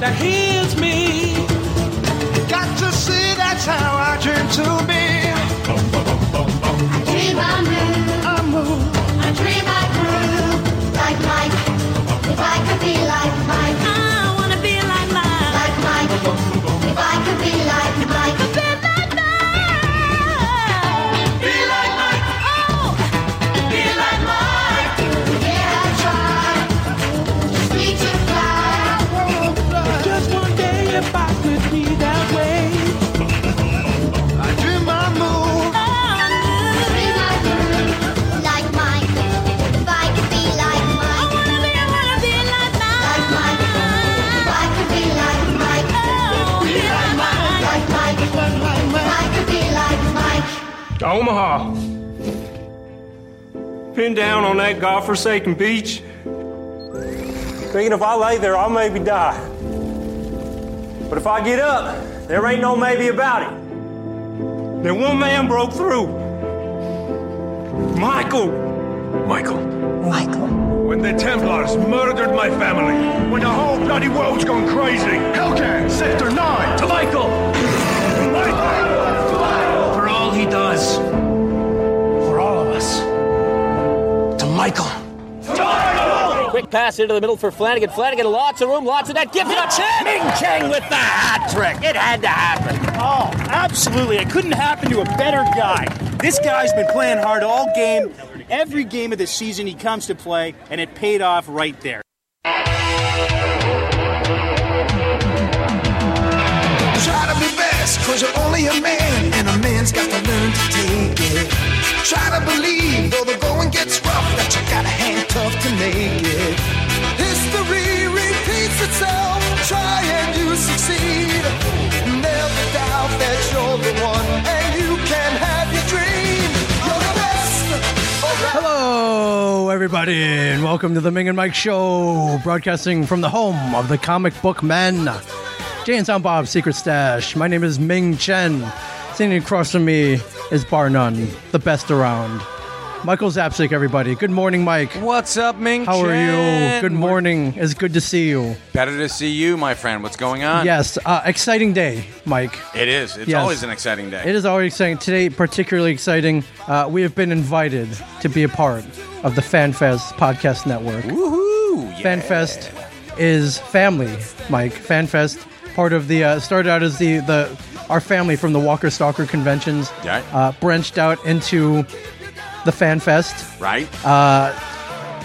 that heals me. Got to see that's how I came to be. I dream I move, I move. I dream I groove like Mike. If I could be like Mike, I wanna be like mine. like Mike. If I could be like Mike, Be like mine. Be like mine. Oh, be like Mike. Yeah, I try. Just need to fly. Just one day if I could be that way. I dream I move. oh, Dream I groove like Mike. If I could be like Mike, I wanna be, I wanna be like mine. like Mike. If I could be like Mike, Oh, be like mine. like Mike. If I could be like Mike. Omaha. Pinned down on that godforsaken beach. Thinking if I lay there, I'll maybe die. But if I get up, there ain't no maybe about it. Then one man broke through. Michael. Michael. Michael. When the Templars murdered my family. When the whole bloody world's gone crazy. Hellcat, Sector 9. To Michael. Michael. Michael. For all he does. For all of us. To Michael. Quick pass into the middle for Flanagan. Flanagan, lots of room, lots of net. Gives it a chance. Ming Chang with the hat trick. It had to happen. Oh, absolutely. It couldn't happen to a better guy. This guy's been playing hard all game. Every game of the season he comes to play, and it paid off right there. Try to be best, cause you're only a man, and a man's got to learn to take it. Try to believe, though the going gets rough, that you got a hand tough to make it. History repeats itself, try and you succeed. Never doubt that you're the one, and you can have your dream. You're the best around. Hello, everybody, and welcome to the Ming and Mike Show, broadcasting from the home of the comic book men, Jay and Sound Bob's Secret Stash. My name is Ming Chen. Sitting across from me is Bar None, the best around. Michael Zapsik, everybody. Good morning, Mike. What's up, Ming? How are you? Chen? Good morning. It's good to see you. Better to see you, my friend. What's going on? Yes, uh, exciting day, Mike. It is. It's Yes. always an exciting day. It is already exciting. Today, particularly exciting, uh, we have been invited to be a part of the FanFest Podcast Network. Woohoo! Yeah. FanFest is family, Mike. FanFest, part of the uh, started out as the the our family from the Walker Stalker conventions, Right. uh, branched out into the FanFest. Right?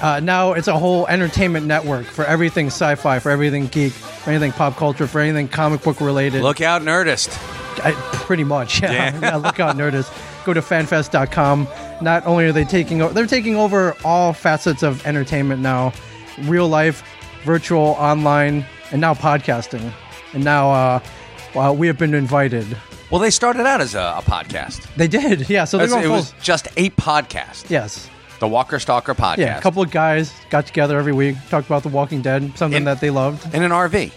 Uh, now it's a whole entertainment network for everything sci-fi, for everything geek, for anything pop culture, for anything comic book related. Look out, Nerdist. I, pretty much. Yeah. yeah. look out, Nerdist. Go to fanfest.com. Not only are they taking over, they're taking over all facets of entertainment now real life, virtual, online, and now podcasting. And now uh, uh, we have been invited. Well, they started out as a, a podcast. They did. Yeah. So they're That's- going it full. was just a podcast. yes. The Walker Stalker podcast. Yeah. A couple of guys got together every week, talked about The Walking Dead, something In- that they loved. in an RV.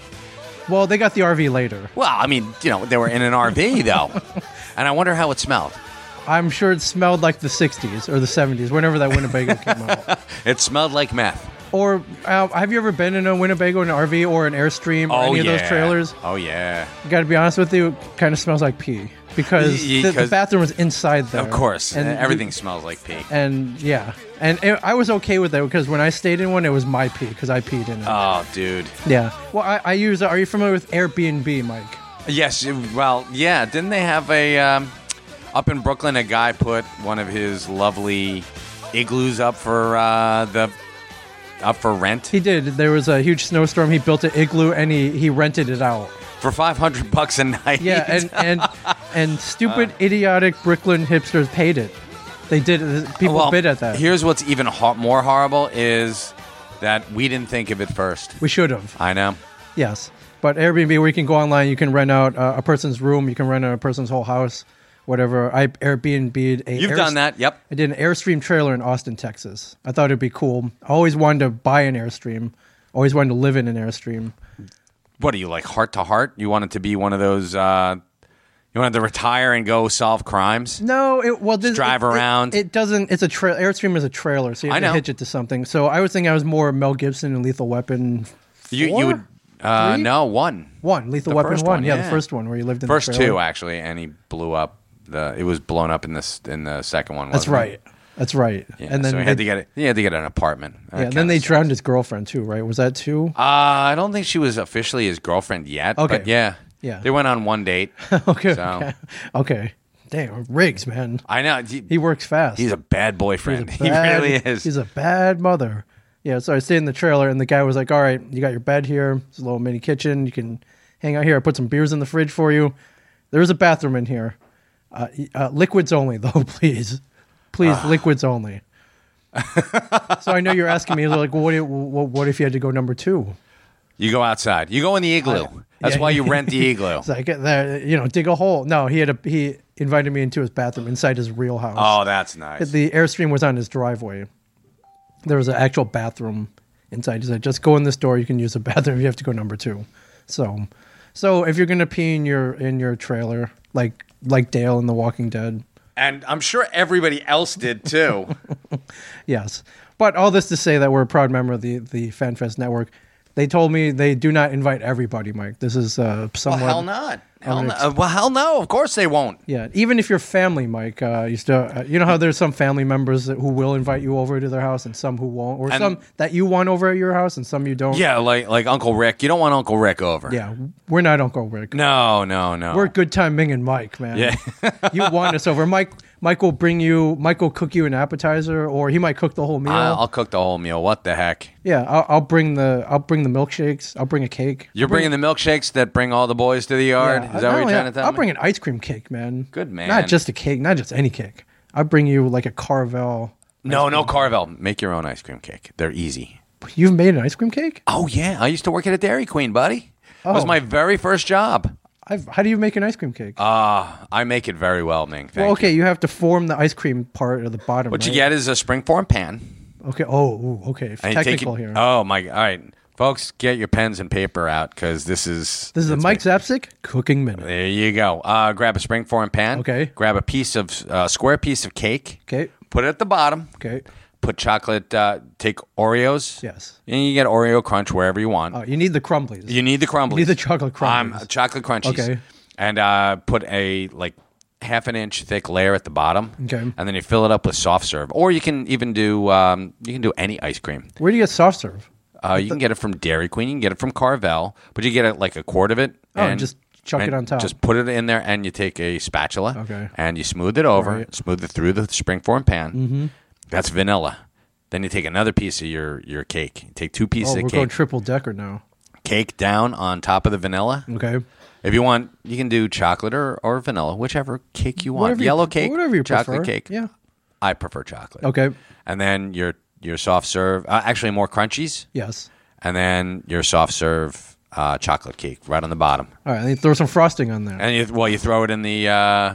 Well, they got the RV later. Well, I mean, you know, they were in an RV though, and I wonder how it smelled. I'm sure it smelled like the 60s or the 70s, whenever that Winnebago came out. It smelled like meth. Or uh, have you ever been in a Winnebago, an RV, or an Airstream, or any of those trailers? Oh yeah. Got to be honest with you, kind of smells like pee because Y- y- the, the 'cause- bathroom was inside there. Of course, and everything smells like pee. And yeah, and it, I was okay with it because when I stayed in one, it was my pee because I peed in it. Oh, dude. yeah. Well, I, I use. Are you familiar with Airbnb, Mike? Yes. Well, yeah. Didn't they have a um, up in Brooklyn? A guy put one of his lovely igloos up for uh, the up for rent He did. There was a huge snowstorm. He built an igloo and he he rented it out. for five hundred bucks a night. Yeah, and and and stupid, Uh. idiotic Brooklyn hipsters paid it. They did. it. People Well, bid at that. Here's what's even ho- more horrible is that we didn't think of it first. we should have. I know. Yes, but Airbnb where you can go online, you can rent out uh, a person's room, you can rent out a person's whole house, whatever. I Airbnb'd a. You've done that. Yep. I did an Airstream trailer in Austin, Texas. I thought it'd be cool. I always wanted to buy an Airstream. Always wanted to live in an Airstream. What are you like heart to heart? You wanted to be one of those. Uh, you wanted to retire and go solve crimes. No, it well this, drive it- it- around. It, doesn't. It's a tra- Airstream is a trailer, so you I have to know. hitch it to something. So I was thinking I was more Mel Gibson and Lethal Weapon. You four? you would Uh, Three? no, one. One, Lethal The Weapon first one. Yeah, the first one where you lived in the first trailer. two actually, and he blew up the. It was blown up in this in the second one. wasn't That's it? right. That's right. Yeah, and then so he they, had to get it. He had to get an apartment. That yeah, then they drowned his girlfriend too, right? Was that two? Uh, I don't think she was officially his girlfriend yet. Okay. But yeah. Yeah. They went on one date. okay. So Okay. Damn, Riggs, man. I know. He, He works fast. he's a bad boyfriend. Bad- he really is. He's a bad mother. Yeah, so I stayed in the trailer, and the guy was like, "All right, you got your bed here. It's a little mini kitchen. You can hang out here. I put some beers in the fridge for you. There is a bathroom in here. Uh, y- uh, liquids only, though, please, please, Ah. liquids only." so I know you're asking me like, what, if- what? What if you had to go number two? You go outside. You go in the igloo. That's Yeah. why you rent the igloo. It's like there, you know, dig a hole. No, he had a he invited me into his bathroom inside his real house. Oh, that's nice. The airstream was on his driveway. There was an actual bathroom inside. He said, "Just go in this door. You can use the bathroom. You have to go number two. So, so if you're gonna pee in your in your trailer, like like Dale in The Walking Dead, And I'm sure everybody else did too. yes. But all this to say that we're a proud member of the the FanFest network. They told me they do not invite everybody, Mike. This is uh, well, somewhat Oh, hell not. Hell no. Alex. uh, Well, hell no. Of course they won't. Yeah, even if your family, Mike, uh, you still, uh, you know how there's some family members that, who will invite you over to their house and some who won't, or And- some that you want over at your house and some you don't. Yeah, like like Uncle Rick. You don't want Uncle Rick over. yeah, we're not Uncle Rick. No, no, no. We're good time Ming and Mike, man. Yeah. you want us over, Mike? Mike will bring you. Mike will cook you an appetizer, or he might cook the whole meal. I- I'll cook the whole meal. What the heck? yeah, I'll, I'll bring the I'll bring the milkshakes. I'll bring a cake. You're bringing the milkshakes that bring all the boys to the yard. Yeah, Is that what not you're only trying that, to tell I'll me? bring an ice cream cake, man. Good man. Not just a cake, not just any cake. I'll bring you like a Carvel. no, no, Carvel. Make your own ice cream cake. They're easy. You've made an ice cream cake. Oh yeah, I used to work at a Dairy Queen, buddy. It was Oh. my very first job. I've, how do you make an ice cream cake? Ah, I make it very well, Ming. Thank well, okay, you. have to form the ice cream part of the bottom. What you right? get is a spring form pan. Okay. Oh, ooh, okay. And you take Technical it- here. Oh my! All right, folks, get your pens and paper out because this is this is a Mike Zapsik cooking minute. There you go. Uh, grab a spring form pan. Okay. Grab a piece of uh, square piece of cake. Okay. Put it at the bottom. Okay. Put chocolate. Uh, take Oreos. Yes. And you get Oreo crunch wherever you want. Oh, you need the crumblies. you need the crumblies. You need the chocolate Um, crumblies. chocolate crunchies. Okay. And uh, put a like half an inch thick layer at the bottom. Okay. And then you fill it up with soft serve, or you can even do um, you can do any ice cream. Where do you get soft serve? Uh, you can get it from Dairy Queen. You can get it from Carvel, but you get it like a quart of it. Oh, just chuck it and on top. Just put it in there, and you take a spatula. Okay. And you smooth it over, Right. smooth it through the springform pan. Mm-hmm. That's vanilla. Then you take another piece of your your cake. You take two pieces Oh, of we're cake. going triple decker now. cake down on top of the vanilla. Okay. If you want, you can do chocolate or, or vanilla, whichever cake you want. Whatever you- Yellow cake, whatever you chocolate prefer. cake. Yeah. I prefer chocolate. Okay. And then your your soft serve, uh, actually more crunchies Yes. and then your soft serve uh, chocolate cake right on the bottom. All right. And you throw some frosting on there. And you, well, you throw it in the. Uh,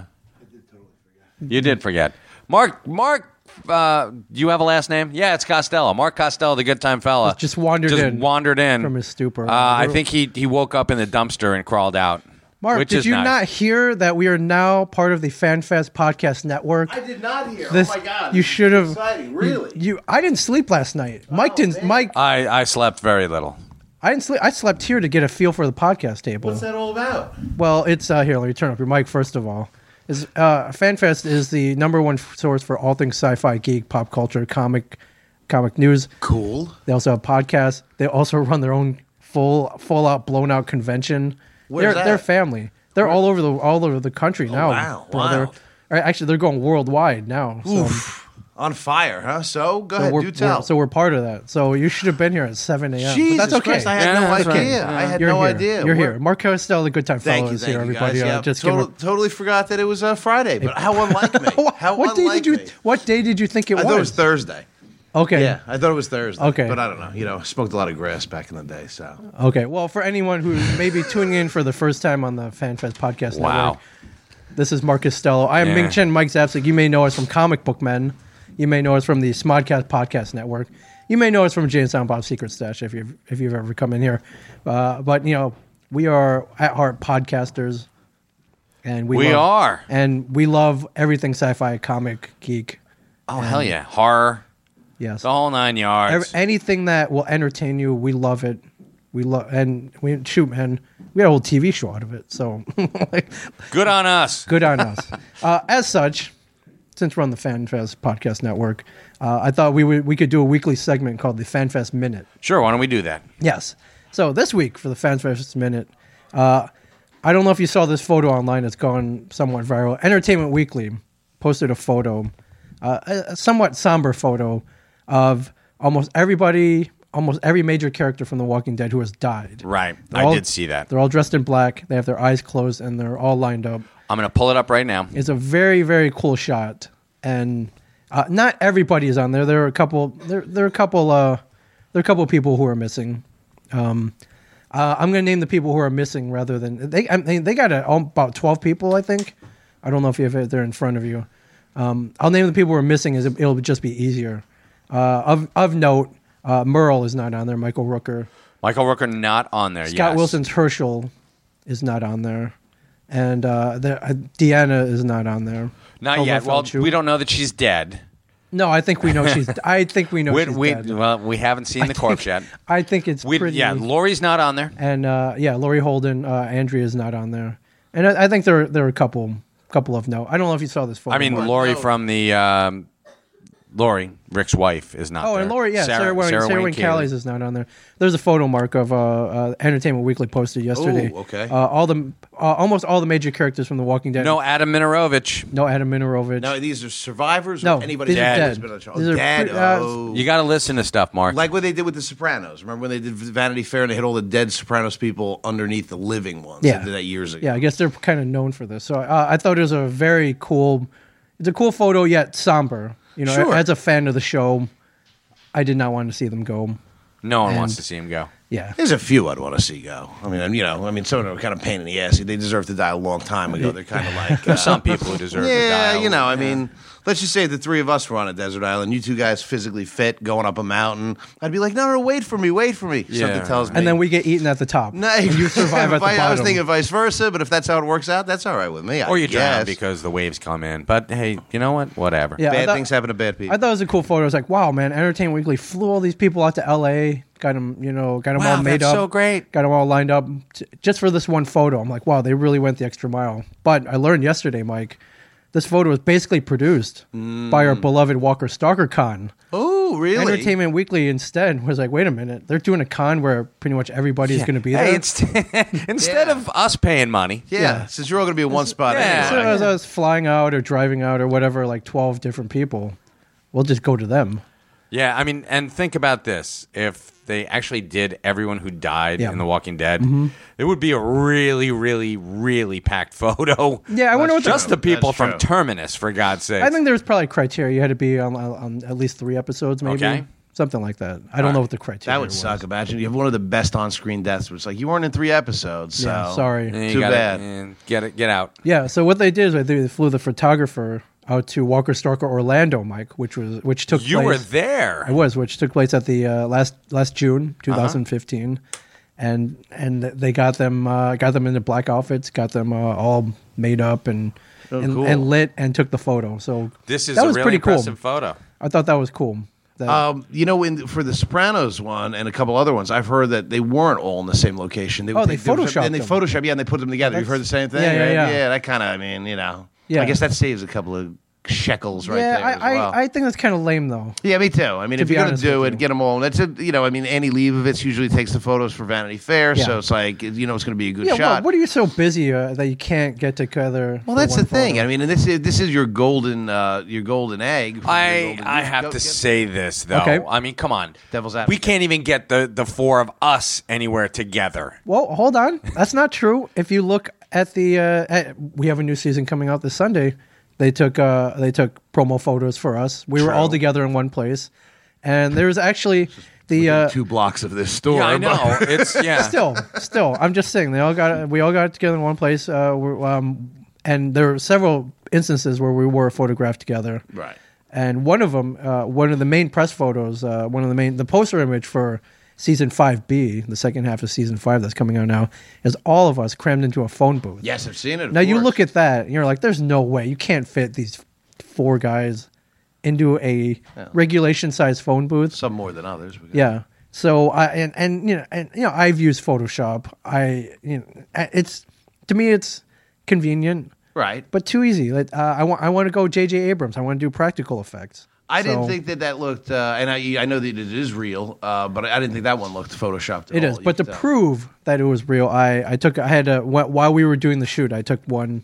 you did forget, Mark. Mark, uh, do you have a last name? Yeah, it's Costello. Mark Costello, the good time fella, Just wandered Just in wandered in from his stupor. Uh, I think he he woke up in the dumpster and crawled out. Mark, which did is you nice. not hear that we are now part of the FanFest podcast network? I did not hear. This- oh my god! You this is should have. Exciting, you- really. Oh, You, I didn't sleep last night. Mike didn't. Mike, I I slept very little. I didn't sleep. I slept here to get a feel for the podcast table. What's that all about? Well, it's uh, here. Let me turn up your mic first of all. Is uh, FanFest is the number one f- source for all things sci-fi, geek, pop culture, comic, comic news. Cool. They also have podcasts. They also run their own full, full out, blown out convention. Where's they're, they're that? Oh, family. They're all over the all over the country now, wow, brother. wow. Or Actually, they're going worldwide now. So, On fire, huh? So go so ahead, we're, do tell. we're- so we're part of that. So you should have been here at seven a.m. but Jesus that's okay. Christ, I had no that's idea. right. I had You're no here. idea. You're We're- here. Mark Costello, the Good Time Thank Fellow, you, is thank here. you, Everybody, guys. Uh, Yeah, just give total, him a- totally forgot that it was uh, Friday. But how unlike me! How what day unlike did you? me. What day did you think it I was? thought it was Thursday. okay. Yeah, I thought it was Thursday. Okay. but I don't know. You know, I smoked a lot of grass back in the day, so Okay. Well, for anyone who may be tuning in for the first time on the FanFest podcast Wow. network, this is Mark Costello. I am Yeah. Ming Chen, Mike Zapsik. You may know us from Comic Book Men. You may know us from the Smodcast Podcast Network. You may know us from Jay and Silent Bob's Secret Stash if you've if you've ever come in here. Uh, but you know, we are at heart podcasters, and we We love- are. and we love everything sci-fi, comic, geek. um, Oh hell yeah, horror, Yes, the whole nine yards. Ev- anything that will entertain you, we love it. We love and we shoot, man. We had a whole TV show out of it. So like, Good on us. Good on us. uh, as such, since we're on the FanFest podcast network, uh, I thought we would, we could do a weekly segment called the FanFest Minute. Sure, why don't we do that? Yes. So this week for the FanFest Minute, uh, I don't know if you saw this photo online. It's gone somewhat viral. Entertainment Weekly posted a photo, uh, a a somewhat somber photo, of almost everybody, almost every major character from The Walking Dead who has died. Right. They're I all- did see that. They're all dressed in black. They have their eyes closed and they're all lined up. I'm going to pull it up right now. It's a very very cool shot, and uh, not everybody is on there. There are a couple. There there are a couple. Uh, there are a couple people who are missing. Um, uh, I'm going to name the people who are missing rather than they. I mean, they got a, oh, about twelve people, I think. I don't know if you have it there in front of you. Um, I'll name the people who are missing. Is it'll just be easier. Uh, of of note, uh, Merle is not on there. Michael Rooker. Michael Rooker not on there. Scott Uh, yes. Wilson's Herschel is not on there, and uh, there, uh, Deanna is not on there. Not Olga yet. Well, Felchu. we don't know that she's dead. no, I think we know she's. I think we know we, she's we- dead. Well, we haven't seen the corpse yet. I think it's We, pretty. yeah, Lori's not on there. and uh, yeah, Lori Holden, uh, Andrea is not on there, and I, I think there there are a couple couple of no. I don't know if you saw this photo. I mean, Mark. Lori from the um, Lori Rick's wife is not. Oh, there. and Lori, yeah, Sarah, Wayne, Sarah, Wayne Callies is not on there. There's a photo mark of uh, uh, Entertainment Weekly posted yesterday. Ooh, okay. Uh, all the uh, almost all the major characters from The Walking Dead. No, Adam Minorovich. no Adam Minorovich. No, these are survivors. No, or anybody these are who's dead. Been on the show. These are dead. pre- uh, oh. You got to listen to stuff, Mark. Like what they did with The Sopranos. Remember when they did Vanity Fair and they hid all the dead Sopranos people underneath the living ones? Yeah. They did that years ago. Yeah, I guess they're kind of known for this. So uh, I thought it was a very cool. It's a cool photo, yet somber. You know, Sure. as a fan of the show, I did not want to see them go. no one and- wants to see him go. Yeah. There's a few I'd want to see go. I mean, I'm- you know, I mean, some of them are kind of pain in the ass. They deserve to die a long time ago. They're kind of like uh, There's some people who deserve to yeah, die. you know, I mean, let's just say the three of us were on a desert island. You two guys physically fit, going up a mountain. I'd be like, no, no, wait for me, wait for me. Something tells me. And then we get eaten at the top. No, you survive at the I, bottom. I was thinking vice versa, but if that's how it works out, that's all right with me. I or you drown guess. because the waves come in. But hey, you know what? Whatever. Yeah, I bad thought- things happen to bad people. I thought it was a cool photo. I was like, wow, man, Entertainment Weekly flew all these people out to L.A., got them, you know, got them Wow, all made that's up. so great. Got them all lined up t- just for this one photo. I'm like, wow, they really went the extra mile. But I learned yesterday, Mike, this photo was basically produced by Mm. our beloved Walker Stalker Con. oh, really? Entertainment Weekly instead was like, wait a minute, they're doing a con where pretty much everybody is going to be there. Hey, inst- instead of us paying money, Yeah, since you're all going to be in one spot. Yeah. so as I was flying out or driving out or whatever, like twelve different people, we'll just go to them. Yeah, I mean, and think about this: if they actually did everyone who died Yeah. in The Walking Dead, Mhm. it would be a really, really, really packed photo. Yeah, I wonder That's what the- just the true. people That's from true. Terminus, for God's sake. I think there was probably criteria. You had to be on, on, on at least three episodes, maybe Okay. something like that. I don't know what the criteria. That would was. suck. Imagine you have one of the best on-screen deaths. Where it's like you weren't in three episodes. So Yeah, sorry. Yeah, you too gotta- eh, bad. get it, get out. Yeah. So what they did is they flew the photographer out to Walker Stalker Orlando, Mike, which was which took You place- were there. I was, which took place at the uh, last last June Uh-huh. 2015, and and they got them uh, got them into black outfits, got them uh, all made up and. Oh, and, cool. and lit and took the photo. So This is that a was really pretty cool. impressive Oh, photo. I thought that was cool. That- Um, you know, in, for the Sopranos one and a couple other ones, I've heard that they weren't all in the same location. They, Oh, they there was some- photoshopped and they them. photoshopped, yeah, and they put them together. You've That's- heard the same thing, yeah, yeah, right? yeah. that kind of, I mean, you know, Yeah. I guess that saves a couple of shekels right yeah, there. I, as well. I I think that's kind of lame though. yeah, me too. I mean, To if you're be gonna honest do it, get them all. And that's a, you know, I mean, Annie Leibovitz usually takes the photos for Vanity Fair, Yeah. so it's like, you know, it's going to be a good yeah, shot. What, what are you so busy uh, that you can't get together? Well, that's the thing. I mean, and this is this is your golden uh, your golden egg. I I have to say this though. Okay. I mean, come on, Devil's We can't even get the the four of us anywhere together. Well, hold on. That's not true. If you look at the, uh, at, we have a new season coming out this Sunday. They took uh, they took promo photos for us. We were all True. together in one place, and there was actually the uh, two blocks of this store. Yeah, I but- know. It's yeah. still still. I'm just saying they all got we all got together in one place. Uh, we're, um, and there were several instances where we were photographed together. Right. and one of them, uh, one of the main press photos, uh, one of the main, the poster image for season five B, the second half of season five that's coming out now, is all of us crammed into a phone booth. Yes, I've seen it. of now you course. look at that, and you're like, "There's no way you can't fit these four guys into a regulation size phone booth." some more than others. Yeah, So I and and you know and you know I've used Photoshop. I you know I- it's to me it's convenient, Right. but too easy. Like uh, I want I want to go J.J. Abrams. I want to do practical effects. I So- didn't think that that looked, uh, and I, I know that it is real, uh, but I didn't think that one looked photoshopped. At It all. is, but to You could tell. prove that it was real, I I took I had a wh- while we were doing the shoot, I took one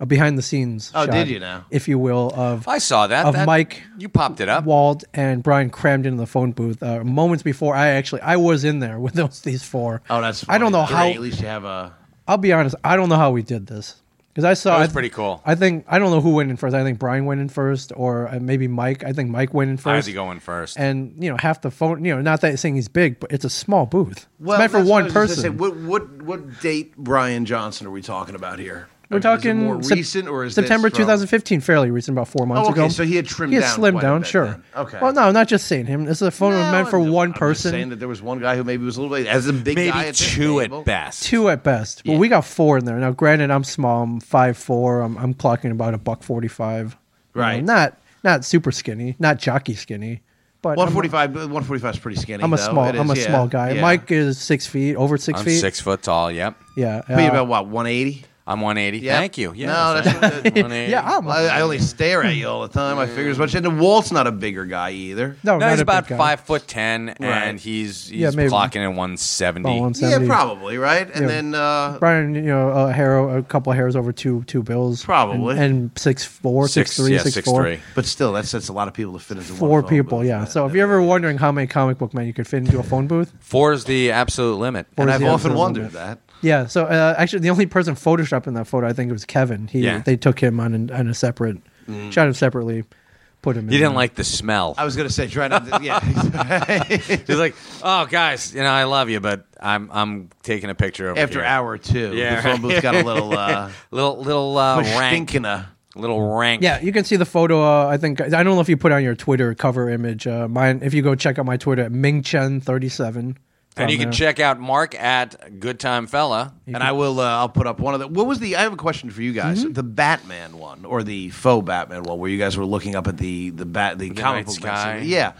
a behind the scenes. Oh, shot, did you now? If you will, of I saw that. of That- Mike. You popped it up. Wald and Brian crammed into the phone booth uh, moments before I actually I was in there with those these four. Oh, that's. I don't know Great. how- At least you have a. I'll be honest, I don't know how we did this because I saw That was I- pretty cool. I think I don't know who went in first. I think Brian went in first, or uh, maybe Mike. I think Mike went in first. I had to go in first. And you know, half the phone. You know, not that it's saying he's big, but it's a small booth. Well, it's meant for that's what I one was gonna person. Say, what what what date Brian Johnson are we talking about here? I mean, We're is it talking more Sep- recent or is this September from- 2015, fairly recent, about four months Oh, okay, ago. so he had trimmed he had down slimmed quite a down, bit sure. then. Okay. Well, no, not just saying him. This is a phone meant for one person, Saying that there was one guy who maybe was a little bit as a big Maybe guy at this two at table. best. two at best. Well, we got four in there. Now, granted, I'm small. I'm five four. I'm, I'm clocking about a buck forty five. Right. not not super skinny, not jockey skinny, but I'm- 145 145 is pretty skinny. I'm a though. small. It I'm a is, yeah, small guy. yeah. Mike is six feet, over 6 I'm feet. six foot tall. Yep. Yeah. Be uh, about what 180. I'm 180. Yeah. Thank you. Yeah. No, thank that's- you. 180. Yeah, Well, I, I only stare at you all the time. I figure as much. And Walt's not a bigger guy either. no, he's about five foot ten, and Right. he's he's Yeah, maybe. clocking in 170. About 170. Yeah, probably right. And Yeah. then uh, Brian, you know, a hair, a couple of hairs over two two bills, Probably. and, and six four, six three, six four. But still, that's that's a lot of people to fit into one four phone people. booth. yeah. So if you're ever wondering how many comic book men you could fit into a phone booth, Four is the absolute limit. Four And is I've the often absolute wondered limit. that. yeah. So uh, actually, the only person photoshopped in that photo, I think, it was Kevin. He Yeah. they took him on an, on a separate, Mm. shot him separately, put him. He in didn't there. like the smell. I was gonna say try not. To, yeah. He's like, oh, guys, you know, I love you, but I'm I'm taking a picture over After here. hour two, Yeah, the phone booth got a little, uh, little little uh, rank, Verstinkene. little rank. Yeah, you can see the photo. Uh, I think I don't know if you put on your Twitter cover image. Uh, mine, if you go check out my Twitter at mingchen37. And you can check. check out Mark at Good Time Fella. And I will. Uh, I'll put up one of the. What was the? I have a question for you guys. Mm-hmm. The Batman one or the faux Batman one, where you guys were looking up at the the bat the, The night comic book sky. Man. Yeah,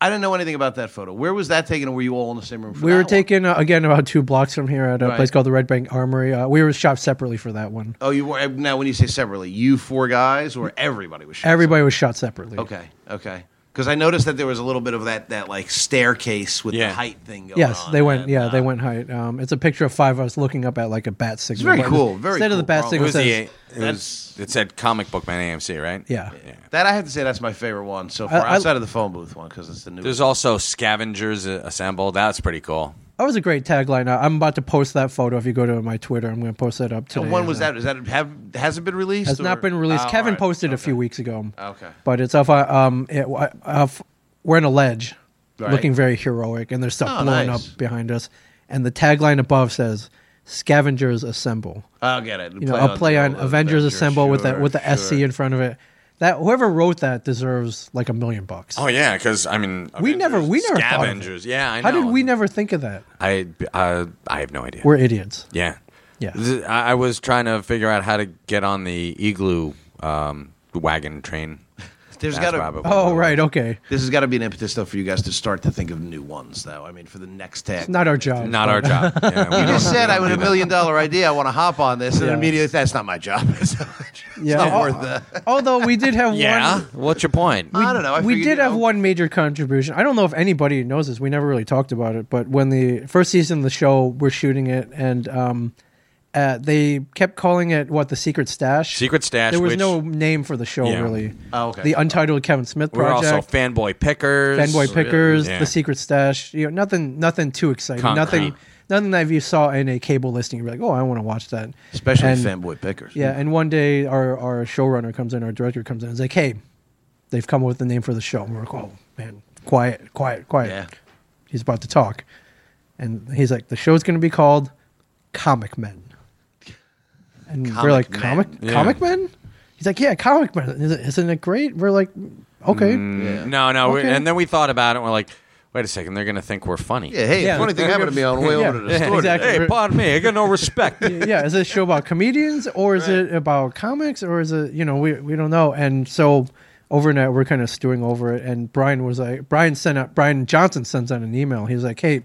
I didn't know anything about that photo. Where was that taken? And were you all in the same room? For We that were one? taken uh, again about two blocks from here at a Right. place called the Red Bank Armory. Uh, we were shopped separately for that one. Oh, you were now. When you say separately, you four guys or everybody was. shot Mm-hmm. Everybody was shot separately. Okay, okay. Because I noticed that there was a little bit of that that like staircase with Yeah. the height thing going Yes, on. uh, they went. Yeah, they went height. Um, it's a picture of five of us looking up at like a bat signal. very but cool, very instead of the cool bat problem. It signal was the says, it, was, it said Comic Book Man AMC, right? Yeah. That I have to say that's my favorite one so far, I- I- outside of the phone booth one, because it's the new. There's also Scavengers uh, Assembled. That's pretty cool. "That "Oh, was a great tagline." I- I'm about to post that photo. If you go to my Twitter, I'm going to post that up today. And when was that? Is that have has it been released? Has or- not been released. Oh, all Kevin right. posted a few weeks ago. Okay. Ah, but it's off. uh, Um, it, uh, off- we're on a ledge, Right. looking very heroic, and there's stuff Oh, blowing nice. up behind us. And the tagline above says, "Scavengers assemble." I'll get it. You know, I'll play on the- Avengers Assemble with that sure, with the SC sure. in front of it. That whoever wrote that deserves like a million bucks. Oh yeah, because I mean, we never, we never thought of it. Scavengers. Yeah, I know. How did we never think of that? I uh, I have no idea. We're idiots. Yeah. Yeah. Th- I I was trying to figure out how to get on the igloo um, wagon train. There's That's got to. probably- Oh right, okay. This has got to be an impetus though for you guys to start to think of new ones though. I mean, for the next tag. It's not our job. Not our job. Yeah, we you just don't- said we I don't would do a that. million dollar idea. I want to hop on this, and Yeah. immediately that's not my job. it's not Yeah. not Al- worth the. Although we did have Yeah. one. What's your point? I don't know. I We figured, did you have know, one major contribution. I don't know if anybody knows this. We never really talked about it, but when the first season of the show, we're shooting it, and um, uh, they kept calling it what the secret stash. Secret stash. There was which no name for the show Yeah. really. Oh, okay. The Untitled Kevin Smith We're Project. also fanboy pickers. Fanboy Pickers, Yeah. The Secret Stash, you know, nothing, nothing too exciting, Concrete. nothing, nothing that if you saw in a cable listing, you'd be like, oh, I want to watch that. especially and- fanboy pickers. Yeah, and one day our our showrunner comes in, our director comes in, and is like, hey, they've come up with the name for the show, and we're like, oh man, quiet, quiet, quiet. Yeah. He's about to talk, and he's like, the show's going to be called Comic Men, and we're Comic like, Men. comic, Yeah. comic men. He's like, yeah, comic men. Isn't isn't it great? We're like, okay. Mm, Mm, No, no. we- Okay. and then we thought about it. and We're like, wait a second. They're going to think we're funny. Yeah, hey, Yeah. funny thing happened to me on the way Yeah. over to the store. Exactly. today. Hey, pardon me. I got no respect. yeah, is this show about comedians or is it about comics or is it you know we we don't know. And so overnight we're kind of stewing over it and brian was like brian sent out brian johnson sends out an email he's like hey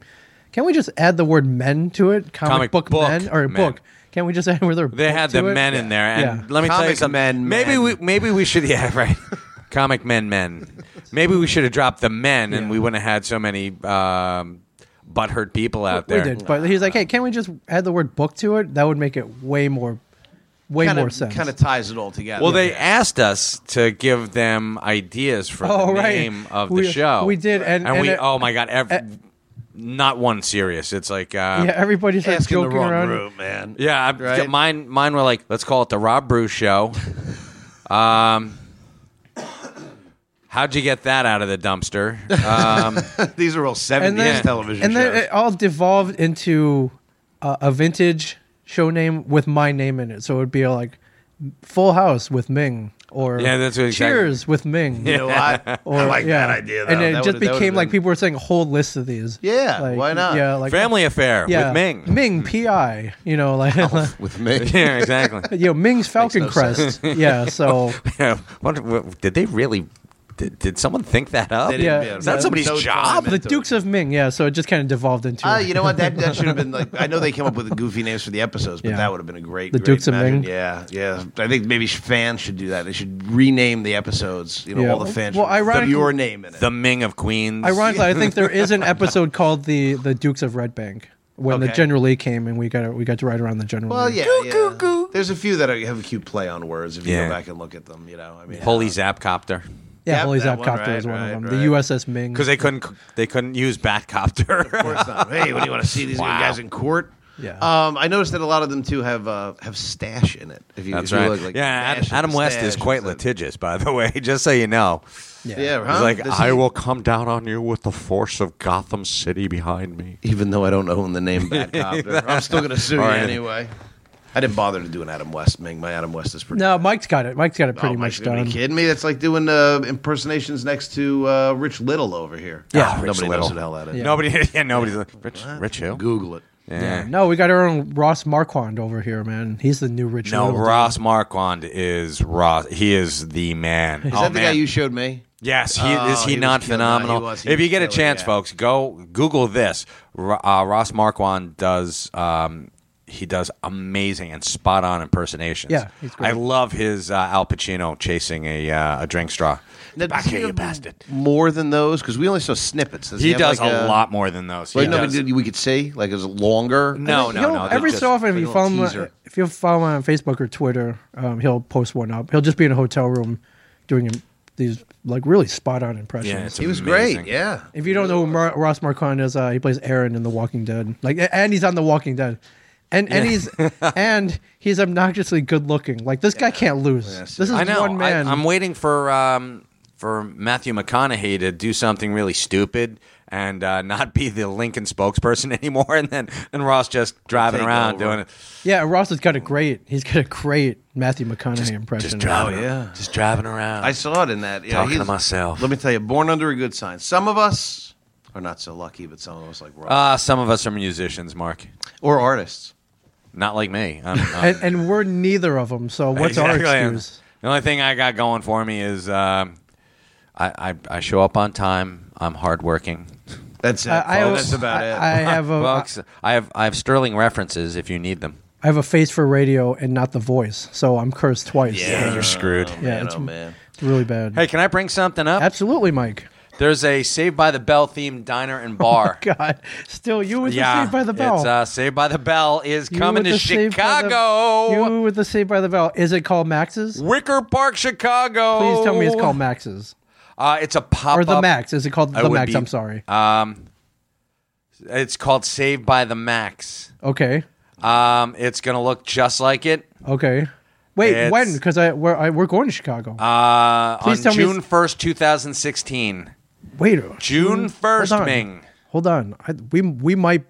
can we just add the word men to it Comic book men or men. book can we just add whether They had the men in there, and let me tell you something. maybe we maybe we should yeah right. Comic men men. Maybe we should have dropped the men, and we wouldn't have had so many um, butthurt people out we there. did but he's like hey can we just add the word book to it that would make it way more way Kinda- more sense Kind of ties it all together. Well, they asked us to give them ideas for Oh, the right. name of We- the show. we did, and- and we it- e oh my god, ev- not one serious. It's like uh, yeah everybody's like asking the joking wrong around room, man. Yeah, I, Right? mine. Mine were like, let's call it the Rob Bruce Show. um, how'd you get that out of the dumpster? Um, These are all seventies television and shows. then it all devolved into uh, a vintage show name with my name in it. So it would be like Full House with Ming or Yeah, that's what exactly- Cheers with Ming. You know what? Or, I like yeah. that idea, And though. it That just would've- that would've became like been- people were saying a whole list of these. Yeah, Like, why not? Yeah, like Family Affair yeah, with Ming. Ming PI. You know, like Oh. with Ming. yeah, exactly. you know Ming's Falcon Crest. yeah, so Yeah, wonder- w- did they really? Did, did someone think that up? yeah, is that somebody's job? Ah, The Dukes of Ming. Yeah, so it just kind of devolved into. Ah, you know what? That, that should have been like. I know they came up with goofy names for the episodes, but Yeah. that would have been a great. The great Dukes of imagine- Ming. Yeah, yeah. I think maybe sh- fans should do that. They should rename the episodes. You know, Yeah. all the fans. Well, should have ironically- your name in it. The Ming of Queens. Ironically, I think there is an episode called the the Dukes of Red Bank when the Okay. General Lee came and we got we got to ride around the General. Well, Lee. yeah, yeah. There's a few that are- have a cute play on words if you Yeah. go back and look at them. You know, I mean, Holy Zapcopter. yeah. Yep, Holy that Zap one, Copter right, is one right, of right. them. The USS Ming. Because they couldn't, they couldn't use Batcopter. of course not. Hey, what do you want to see these Wow. guys in court? Yeah. Um, I noticed that a lot of them too have uh, have stash in it. If you, That's if you right. look, like, yeah, Ad- stash and Adam West is stash. quite litigious, by the way. Just so you know. Yeah, yeah He's huh? like, This I is- will come down on you with the force of Gotham City behind me. Even though I don't own the name Batcopter, I'm still gonna sue you All right. anyway. I didn't bother to do an Adam West Ming. My Adam West is pretty. no, Mike's got it. Mike's got it pretty Oh, much Mike, Are done. you kidding me? That's like doing uh, impersonations next to uh, Rich Little over here. Yeah, Ah, Rich nobody Little. knows who the hell that is. Yeah. Nobody, yeah, nobody's like, Rich, Rich Hill. Google it. Yeah. Yeah, No, we got our own Ross Marquand over here, man. He's the new Rich. No, Little. Ross Marquand is Ross. He is the man. Is Oh, that the guy man. you showed me? Yes, he, Oh, is he, he was not killer. phenomenal? Yeah, he was- he if you was get a killer, chance, yeah. folks, go Google this. Ro- Uh, Ross Marquand does um, he does amazing and spot on impersonations. Yeah, he's great. I love his uh, Al Pacino chasing a uh, a drink straw. Now, Back does he here, you have bastard! More than those because we only saw snippets. He, have, does like, a lot more than those. Well, He no, but does. did- we could see like it was longer. No, no, He'll- no. every they're so just- often, if you little follow him, teaser. if you follow him on Facebook or Twitter, um, he'll post one up. He'll just be in a hotel room doing him- these like really spot on impressions. Yeah, it's He was amazing. great. Yeah. If you don't know who Mar- Ross Marquand is, uh, he plays Aaron in The Walking Dead. Like, a- and he's on The Walking Dead, and and he's and he's obnoxiously good looking. Like this guy can't lose. this is I know. one man. I, am waiting for um, for Matthew McConaughey to do something really stupid and uh, not be the Lincoln spokesperson anymore, and then and Ross just driving Take around over. doing it, yeah, Ross has got a great. He's got a great Matthew McConaughey impression. just driving, yeah. just driving around. I saw it in that. Yeah, Talking to he's- myself. Let me tell you, born under a good sign. Some of us are not so lucky, but some of us like Ross Ah, some of us are musicians, Mark. or artists. Not like me. I'm, I'm- and, and we're neither of them. So what's Exactly. our excuse? The only thing I got going for me is um, I, I I show up on time. I'm hardworking. That's it. Oh, I- I folks. was- that's about it. I have a Folks, I have I have Sterling references if you need them. I have a face for radio and not the voice, so I'm cursed twice. Yeah, you're screwed. Oh, Yeah, man, it's- oh, man. It's really bad. Hey, can I bring something up? Absolutely, Mike. There's a Saved by the Bell themed diner and bar. God, still you with the Saved by the Bell. It's, uh, Saved by the Bell is You coming to with the Saved by the- Chicago. you with the Saved by the Bell. Is it called Max's? Wicker Park, Chicago. Please tell me it's called Max's Uh, it's a pop or the Max. Is it called I the would Max? be- I'm sorry. Um, it's called Saved by the Max. okay, Um, it's gonna look just like it. okay. Wait, It's- when? Because I we're I, we're going to Chicago. Uh, Please on tell me it's- June first, two thousand sixteen. Wait, June first, hold on. Ming. Hold on, I, we we might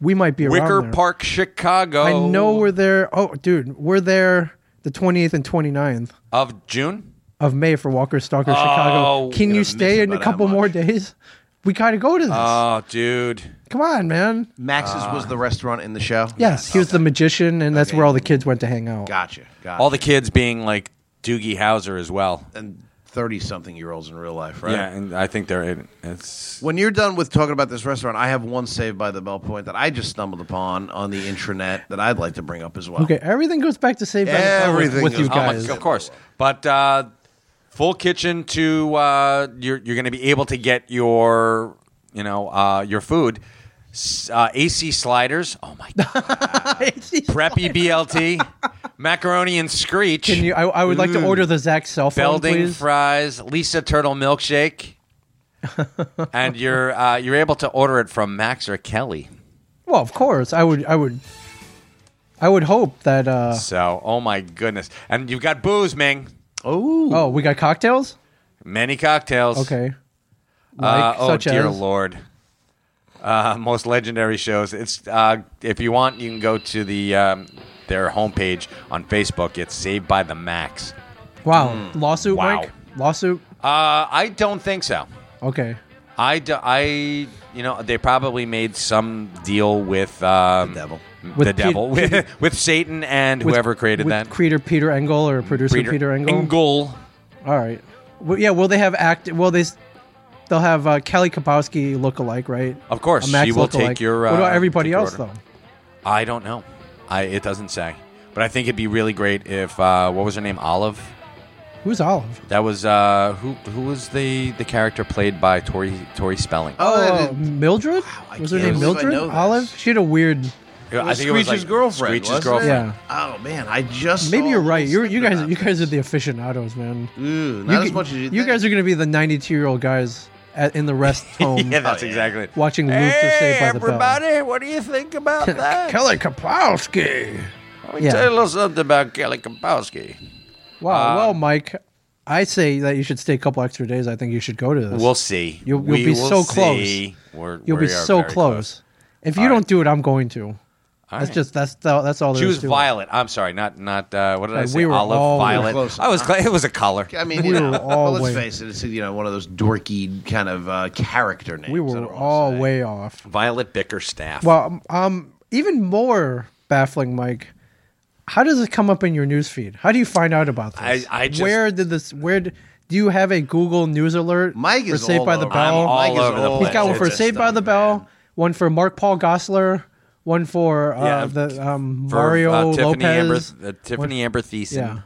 we might be around Wicker there. Park, Chicago. I know we're there. Oh, dude, we're there the 28th and 29th of June. of May for Walker Stalker Oh, Chicago. Can you stay in a about how couple more days? We gotta go to this. Oh, dude. Come on, man. Max's was Uh, the restaurant in the show. Yes, he was the magician, and that's where all the kids went to hang out. Gotcha. Gotcha. All the kids being like Doogie Howser as well. and thirty something year olds in real life, right? Yeah, and I think they're in. It's When you're done with talking about this restaurant, I have one saved by the bell point that I just stumbled upon on the intranet that I'd like to bring up as well. Okay, everything goes back to save by the Bell with- everything with you is- oh my- guys. of course. But uh, full kitchen to uh, you're you're going to be able to get your you know uh, your food. S- Uh, AC sliders. Oh my god. Preppy BLT, macaroni and screech. Can you? I, I would like to Ooh. order the Zach cell phone, Belding please. fries, Lisa turtle milkshake, and you're uh, you're able to order it from Max or Kelly. Well, of course, I would. I would. I would hope that. uh So, oh my goodness, and you've got booze, Ming. Oh. Oh, we got cocktails. Many cocktails. Okay. Uh, Like, oh such dear as- lord! Uh, most legendary shows. It's uh, if you want, you can go to the um, their homepage on Facebook. It's Saved by the Max. Wow. Lawsuit. Hmm. Wow. Mike? Lawsuit. Uh, I don't think so. Okay. I, d- I- you know, they probably made some deal with um, the devil, Oh, With the Pe- devil, Peter- with, with Satan and With- whoever created with that. Creator Peter Engel or producer Peter, Peter Engel. Engel. All right. Well, yeah. Will they have act? Will they? s- They'll have uh, Kelly Kapowski look alike, right? Of course, A Max she will look-alike. take your. Uh, what about everybody take your else order. though? I don't know. I it doesn't say, but I think it'd be really great if uh, what was her name, Olive. Who's Olive? That was uh, who who was the the character played by Tori Tori Spelling. Oh, uh, Mildred. was her can't believe I name Mildred? know this. Olive. She had a weird. Yeah, I think it was like Screech's girlfriend, Screech's wasn't it? girlfriend. Oh man, I just Maybe you're right. You're, you guys, you guys are the aficionados, man. Ooh, not you, as much as you guys are going to be the 92 year old guys at, in the rest home. Yeah, Oh, that's exactly it. Watching loops of Saved by the Bell. what do you think about that? Kelly Kapowski. Let me Yeah. tell you something about Kelly Kapowski. Uh, Wow. well, Mike, I say that you should stay a couple extra days. I think you should go to this. We'll see. You'll, you'll We be will so see. close. We're- you'll we be are so very close. If you don't do it, I'm going to. that's right. just that's the, that's all there is Choose to it. Violet. I'm sorry, not not. Uh, what did I Right, say? we were Olive all- We were Violet. close I was. enough. Cl- it was a color. I mean, We you know, were all let's way- face it, it's you know one of those dorky kind of uh, character names. We were all way off. Violet Bickerstaff. Well, um, even more baffling, Mike. How does it come up in your news feed? How do you find out about this? I- I just- where did this? Where d- do you have a Google News alert? Mike is for Saved all by the over- Bell. I'm all Mike is over the all He's got one over for this Saved by the Bell, one for Mark Paul Gossler, one for uh, Yeah, the um, for, Mario uh, Tiffany Lopez, Amber- uh, Tiffany Amber Thiessen. Yeah,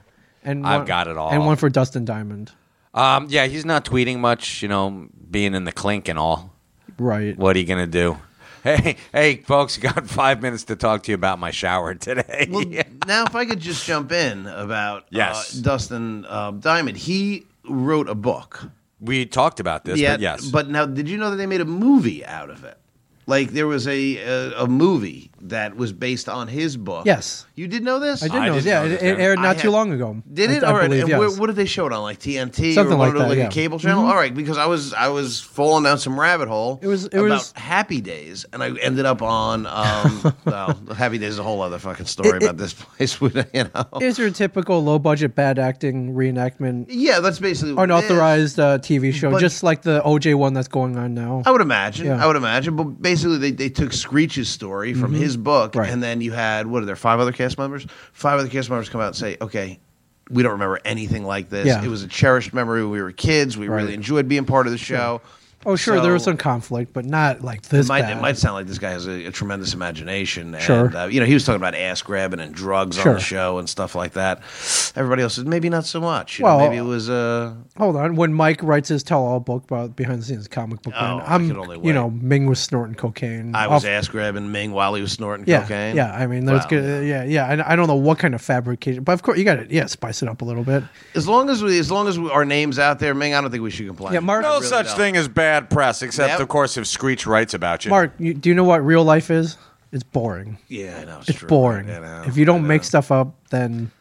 and I've one- got it all. and one for Dustin Diamond. Um, yeah, he's not tweeting much. You know, being in the clink and all. Right. What are you gonna do? Hey, hey, folks! Got five minutes to talk to you about my shower today. Well, now if I could just jump in about Yes. uh, Dustin uh, Diamond, he wrote a book. We talked about this, but yes. But now, did you know that they made a movie out of it? Like there was a a, a movie that was based on his book. Yes. you did know this. I did know. this. Yeah, it, it aired I not too had- long ago. Did I- it? I, All right. believe, and yes. where, what did they show it on? Like TNT Something or one like of the- that, like yeah. a cable channel? Mhm. All right, because I was I was falling down some rabbit hole. It was it about was- Happy Days, and I ended up on um. well, Happy Days is a whole other fucking story It- it- about this place. With you know. Is your typical low budget bad acting reenactment? yeah, that's basically what it is. unauthorized uh, TV show, But- Oh, just like the OJ one that's going on now. I would imagine. Yeah. I would imagine. But basically, they, they took Screech's story from Mhm. his book, and then you had what are there five other cast members? Five other cast members come out and say, "Okay, we don't remember anything like this. Yeah. It was a cherished memory when we were kids. We really enjoyed being part of the show." Oh, sure, there was So- some conflict, but not like this it might, bad. it might sound like this guy has a, a tremendous imagination. And, Sure. uh, you know, he was talking about ass grabbing and drugs on Sure. the show and stuff like that. Everybody else said maybe not so much. You Well, know, maybe it was. Uh, Hold on, when Mike writes his tell-all book about behind the scenes comic book, man, Oh, I I'm could only you know Ming was snorting cocaine. I was Off- ass grabbing Ming while he was snorting yeah, cocaine. yeah. I mean, uh, there's Wow. good, yeah, yeah. And I don't know what kind of fabrication, but of course you got to yeah spice it up a little bit. As long as we, as long as we, our names out there, Ming, I don't think we should complain. Yeah, Mark- no I really such don't. thing as bad press, except Yep. of course if Screech writes about you. Mark, you, do you know what real life is? It's boring. Yeah, I know. It's, boring. if you don't make stuff up, then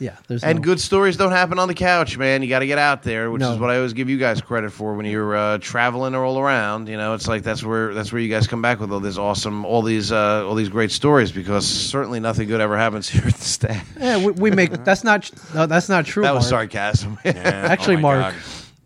yeah, there's and no- good stories don't happen on the couch, man. You got to get out there, which No. is what I always give you guys credit for when you're uh, traveling or all around. You know, it's like that's where that's where you guys come back with all this awesome, all these uh, all these great stories because certainly nothing good ever happens here at the staff. Yeah, we, we make that's not no, that's not true. That was Eh, Mark. sarcasm. oh Actually, Mark,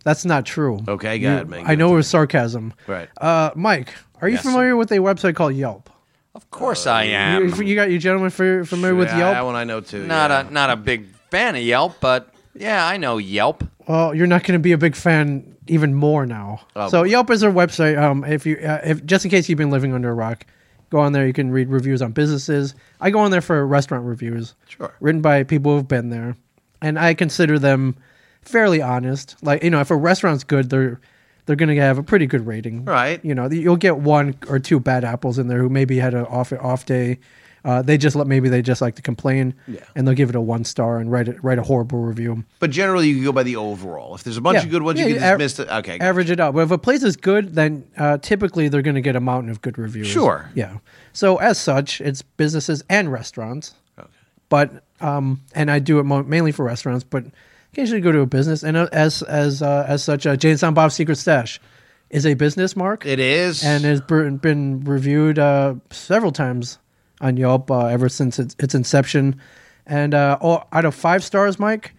that's not true. Okay, You- go ahead, man. I know it was sarcasm. Right. Uh, Mike, are you Yes. familiar with a website called Yelp? Of course Uh, I am. You, you got you gentlemen fa- familiar with Yeah, Yelp? that one I know too. Not a not a big fan of Yelp, but Yeah, I know Yelp. Well, you're not going to be a big fan even more now. Oh, so boy. Yelp is our website. Um, if you, uh, if just in case you've been living under a rock, go on there. You can read reviews on businesses. I go on there for restaurant reviews, sure, written by people who've been there, and I consider them fairly honest. Like you know, if a restaurant's good, they're they're going to have a pretty good rating, right? You know, you'll get one or two bad apples in there who maybe had an off off day. Uh, they just let maybe they just like to complain, Yeah. and they'll give it a one star and write it, write a horrible review. But generally, you can go by the overall. If there's a bunch Yeah. of good ones, Yeah, er- you can you aver- dismiss it. Okay. Average it out. But if a place is good, then uh, typically they're going to get a mountain of good reviews. Sure. Yeah. So as such, it's businesses and restaurants. Okay. But um, and I do it mo- mainly for restaurants, but occasionally go to a business. And uh, as as uh, as such, uh, Jane Sound Bob's Secret Stash is a business mark. It is. and has br- been reviewed uh, several times on Yelp uh, ever since its, its inception. And uh, all, out of five stars, Mike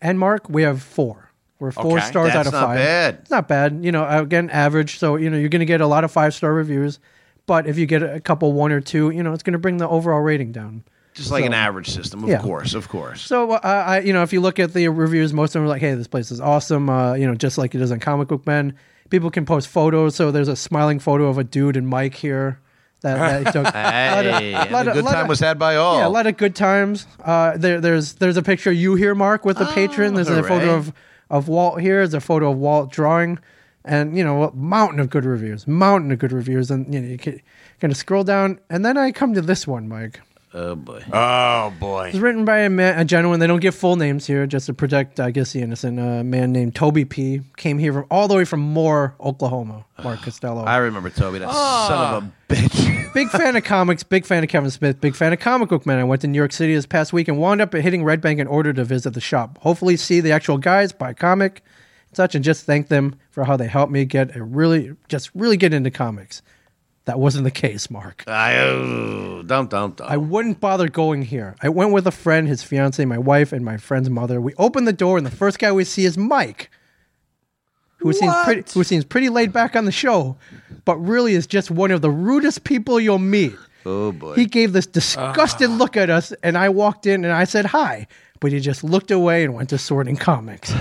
and Mark, we have four. We're four Okay. stars out That's of not five. bad. It's not bad. You know, again, average. So you know, you're going to get a lot of five star reviews, but if you get a couple one or two, you know, it's going to bring the overall rating down. Just like So- an average system, of Yeah. course, of course. So uh, I, you know, if you look at the reviews, most of them are like, "Hey, this place is awesome." Uh, you know, just like it is on Comic Book Men. People can post photos. So there's a smiling photo of a dude and Mike here. That, that took Hey, and a good time was had by all. Yeah, a lot of good times. Uh, there, there's there's a picture of you here, Mark, with the patron. There's a Oh, hooray. photo of of Walt here. There's a photo of Walt drawing, and you know, a mountain of good reviews, mountain of good reviews, and you know, you can kind of scroll down, and then I come to this one, Mike. Oh boy. Oh It's boy. written by a, man, a gentleman. They don't give full names here, just to protect, I guess, the innocent. A man named Toby P. came here from all the way from Moore, Oklahoma. Mark Costello. I remember Toby, that Ah. son of a big fan of comics. Big fan of Kevin Smith. Big fan of comic book man. I went to New York City this past week and wound up at hitting Red Bank in order to visit the shop. Hopefully, see the actual guys, buy a comic, and such, and just thank them for how they helped me get a really, just really get into comics. That wasn't the case, Mark. I oh, dump dump dump. I wouldn't bother going here. I went with a friend, his fiance, my wife, and my friend's mother. We open the door, and the first guy we see is Mike, who seems What? pretty, who seems pretty laid back on the show, but really is just one of the rudest people you'll meet. Oh boy. He gave this disgusted look at us, and I walked in and I said hi, but he just looked away and went to sorting comics.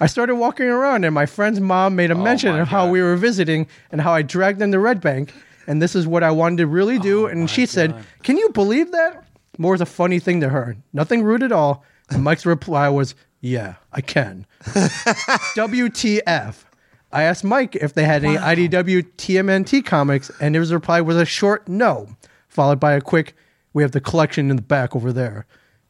I started walking around, and my friend's mom made a mention of how we were visiting and how I dragged them to Red Bank, and this is what I wanted to really do. and she said, "Can you believe that?" More is a funny thing to her, nothing rude at all. And Mike's reply was, "Yeah, I can." WTF. I asked Mike if they had any IDW TMNT comics, and his reply was a short no, followed by a quick, we have the collection in the back over there.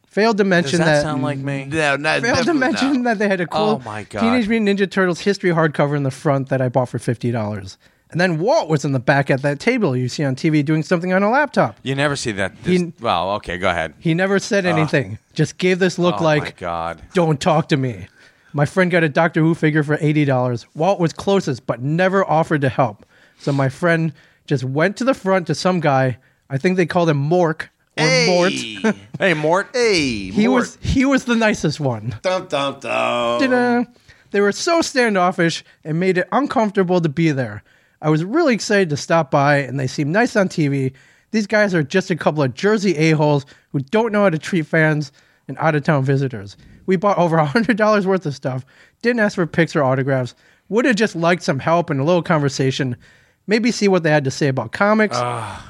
Failed to mention that that. sound like me? No, no, Failed to definitely mention not. that they had a cool Oh, my God. Teenage Mutant Ninja Turtles history hardcover in the front that I bought for $50. And then Walt was in the back at that table you see on TV doing something on a laptop. You never see that. This, well, okay, go ahead. He never said Ah. anything, just gave this look oh my like, God. don't talk to me. My friend got a Doctor Who figure for $80. Walt was closest, but never offered to help. So my friend just went to the front to some guy. I think they called him Mork or Mort. hey, Mort. Hey, he was he was the nicest one. Dump dump dump. Ta-da. They were so standoffish and made it uncomfortable to be there. I was really excited to stop by, and they seemed nice on TV. These guys are just a couple of Jersey a-holes who don't know how to treat fans and out-of-town visitors. We bought over $100 worth of stuff, didn't ask for pics or autographs, would have just liked some help and a little conversation, maybe see what they had to say about comics.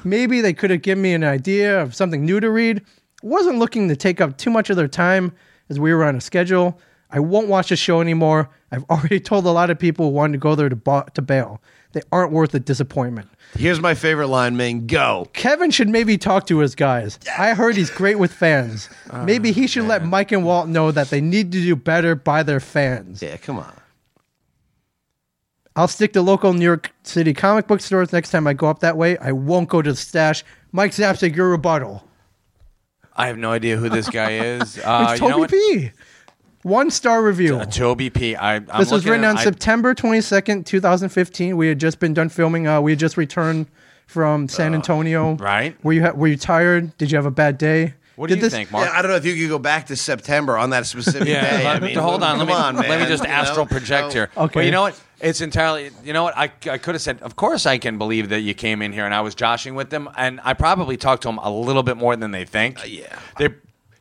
Maybe they could have given me an idea of something new to read. Wasn't looking to take up too much of their time as we were on a schedule. I won't watch the show anymore. I've already told a lot of people who wanted to go there to, ba- to bail. They aren't worth the disappointment. Here's my favorite line, Ming. Go. Kevin should maybe talk to his guys. I heard he's great with fans. maybe he Ah, should let Mike and Walt know that they need to do better by their fans. Yeah, come on. I'll stick to local New York City comic book stores next time I go up that way. I won't go to the stash. Mike Zapsik, your rebuttal. I have no idea who this guy is. It's Uh, you know Toby what? P. One star review. Toby P. I, I'm this was looking written at- on I- September 22nd, 2015. We had just been done filming. Uh, we had just returned from San Uh, Antonio. right. Were you ha- were you tired? Did you have a bad day? Did this- Yeah, I don't know if you could go back to September on that specific Yeah, day. let I me- mean, hold on. Let come me, on, man. let me just You know? Oh, astral project here. Okay. But you know what? It's entirely. You know what? I, I could have said, of course, I can believe that you came Uh, uh, in here and I was joshing with them, and I probably talked to them a little bit more than they think. yeah. They,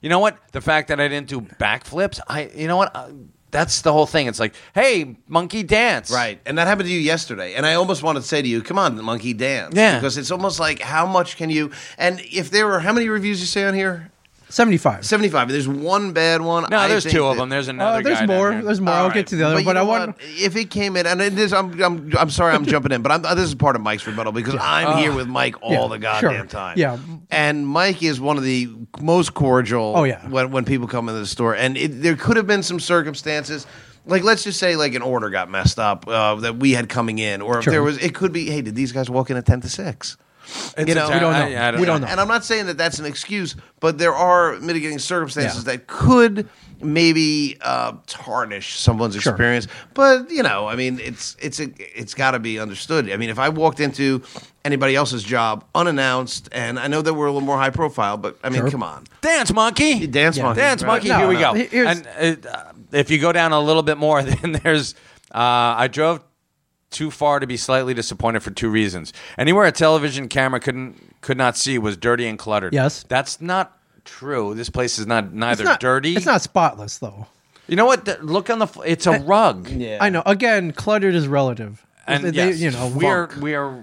You know what? The fact that I didn't do backflips, I you know what? Uh, that's the whole thing. It's like, hey, monkey dance. Right. And that happened to you yesterday. And I almost want to say to you, come on, monkey dance. Yeah. Because it's almost like how much can you and if there were how many reviews you say on here? 75. 75. There's one bad one. No, I there's think two of that- them. There's Uh, another. there's guy down more. here. There's more. I'll get to the other one, you but I know want. what? if it came in, and it is, I'm, I'm, I'm sorry, I'm jumping in, but I'm, this is part of Mike's rebuttal because I'm Uh, here with Mike all yeah, the sure. goddamn time. Yeah. and Mike is one of the most cordial. Oh, yeah. when, when people come into the store, and it, there could have been some circumstances. Like let's just say like an order got messed up uh, that we had coming in, or if Sure. there was, it could be. Hey, did these guys walk in at ten to six? It's a town- We don't know. I- I don't We don't know. know. And I'm not saying that that's an excuse, but there are mitigating circumstances that could maybe uh, tarnish someone's experience. But you know, I mean, it's it's a, it's got to be understood. I mean, if I walked into anybody else's job unannounced, and I know that we're a little more high profile, but I mean, Sure. come on, dance monkey, dance monkey, Dance right? monkey. here we go. and uh, uh, if you go down a little bit more, then there's. Uh, I drove too far to be slightly disappointed for two reasons. Anywhere a television camera couldn't could not see was dirty and cluttered. Yes. that's not true. This place is not It's neither not- dirty. It's not spotless though. You know what? The- Look on the. f- It's a rug. Yeah. I know. Again, cluttered is relative. And They- they- yes, you know, we are funk. we are.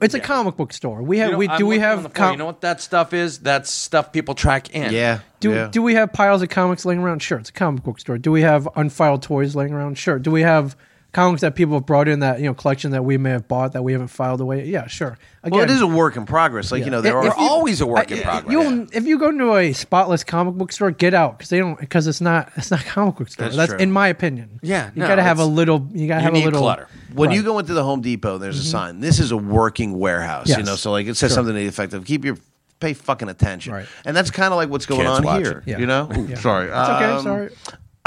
It's a comic book store. We have. You know, we I'm do we looking on have. the floor. com- you know what that stuff is? That's stuff people track in. Yeah. Do, do we have piles of comics laying around? Sure, it's a comic book store. Do we have unfiled toys laying around? Sure. Do we have comics that people have brought in that you know collection that we may have bought that we haven't filed away? Yeah, sure. well, it is a work in progress. Like you know, there If- are if you- I- uh, You'll, If you go into a spotless comic book store, get out because they don't because it's not it's not a comic book store. That's That's, true. in my opinion. Yeah, you no, gotta have a it's- little. You gotta have a little When Right. you go into the Home Depot, there's Mhm. a sign. This is a working warehouse. You Yes. know, so like it says Sure. something to the effect of keep your pay fucking attention. And that's kind of like what's going Kids on watch here. it. Yeah. You know, Ooh, Yeah. sorry. It's okay, Um,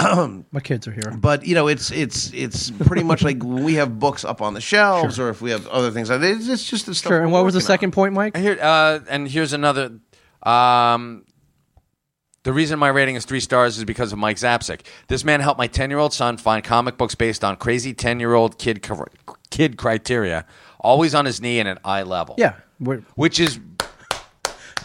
sorry. my kids are here. But you know, it's it's it's pretty much like when we have books up on the shelves, or if we have other things. like It's, it's just the stuff. Sure. And we're what was the working on. second point, Mike? Here, uh, and here's another. Um, the reason my rating is three stars is because of Mike Zapsik. This man helped my 10 year old son find comic books based on crazy 10 year old kid cr- kid criteria, always on his knee and at eye level. Yeah. We're, Which is.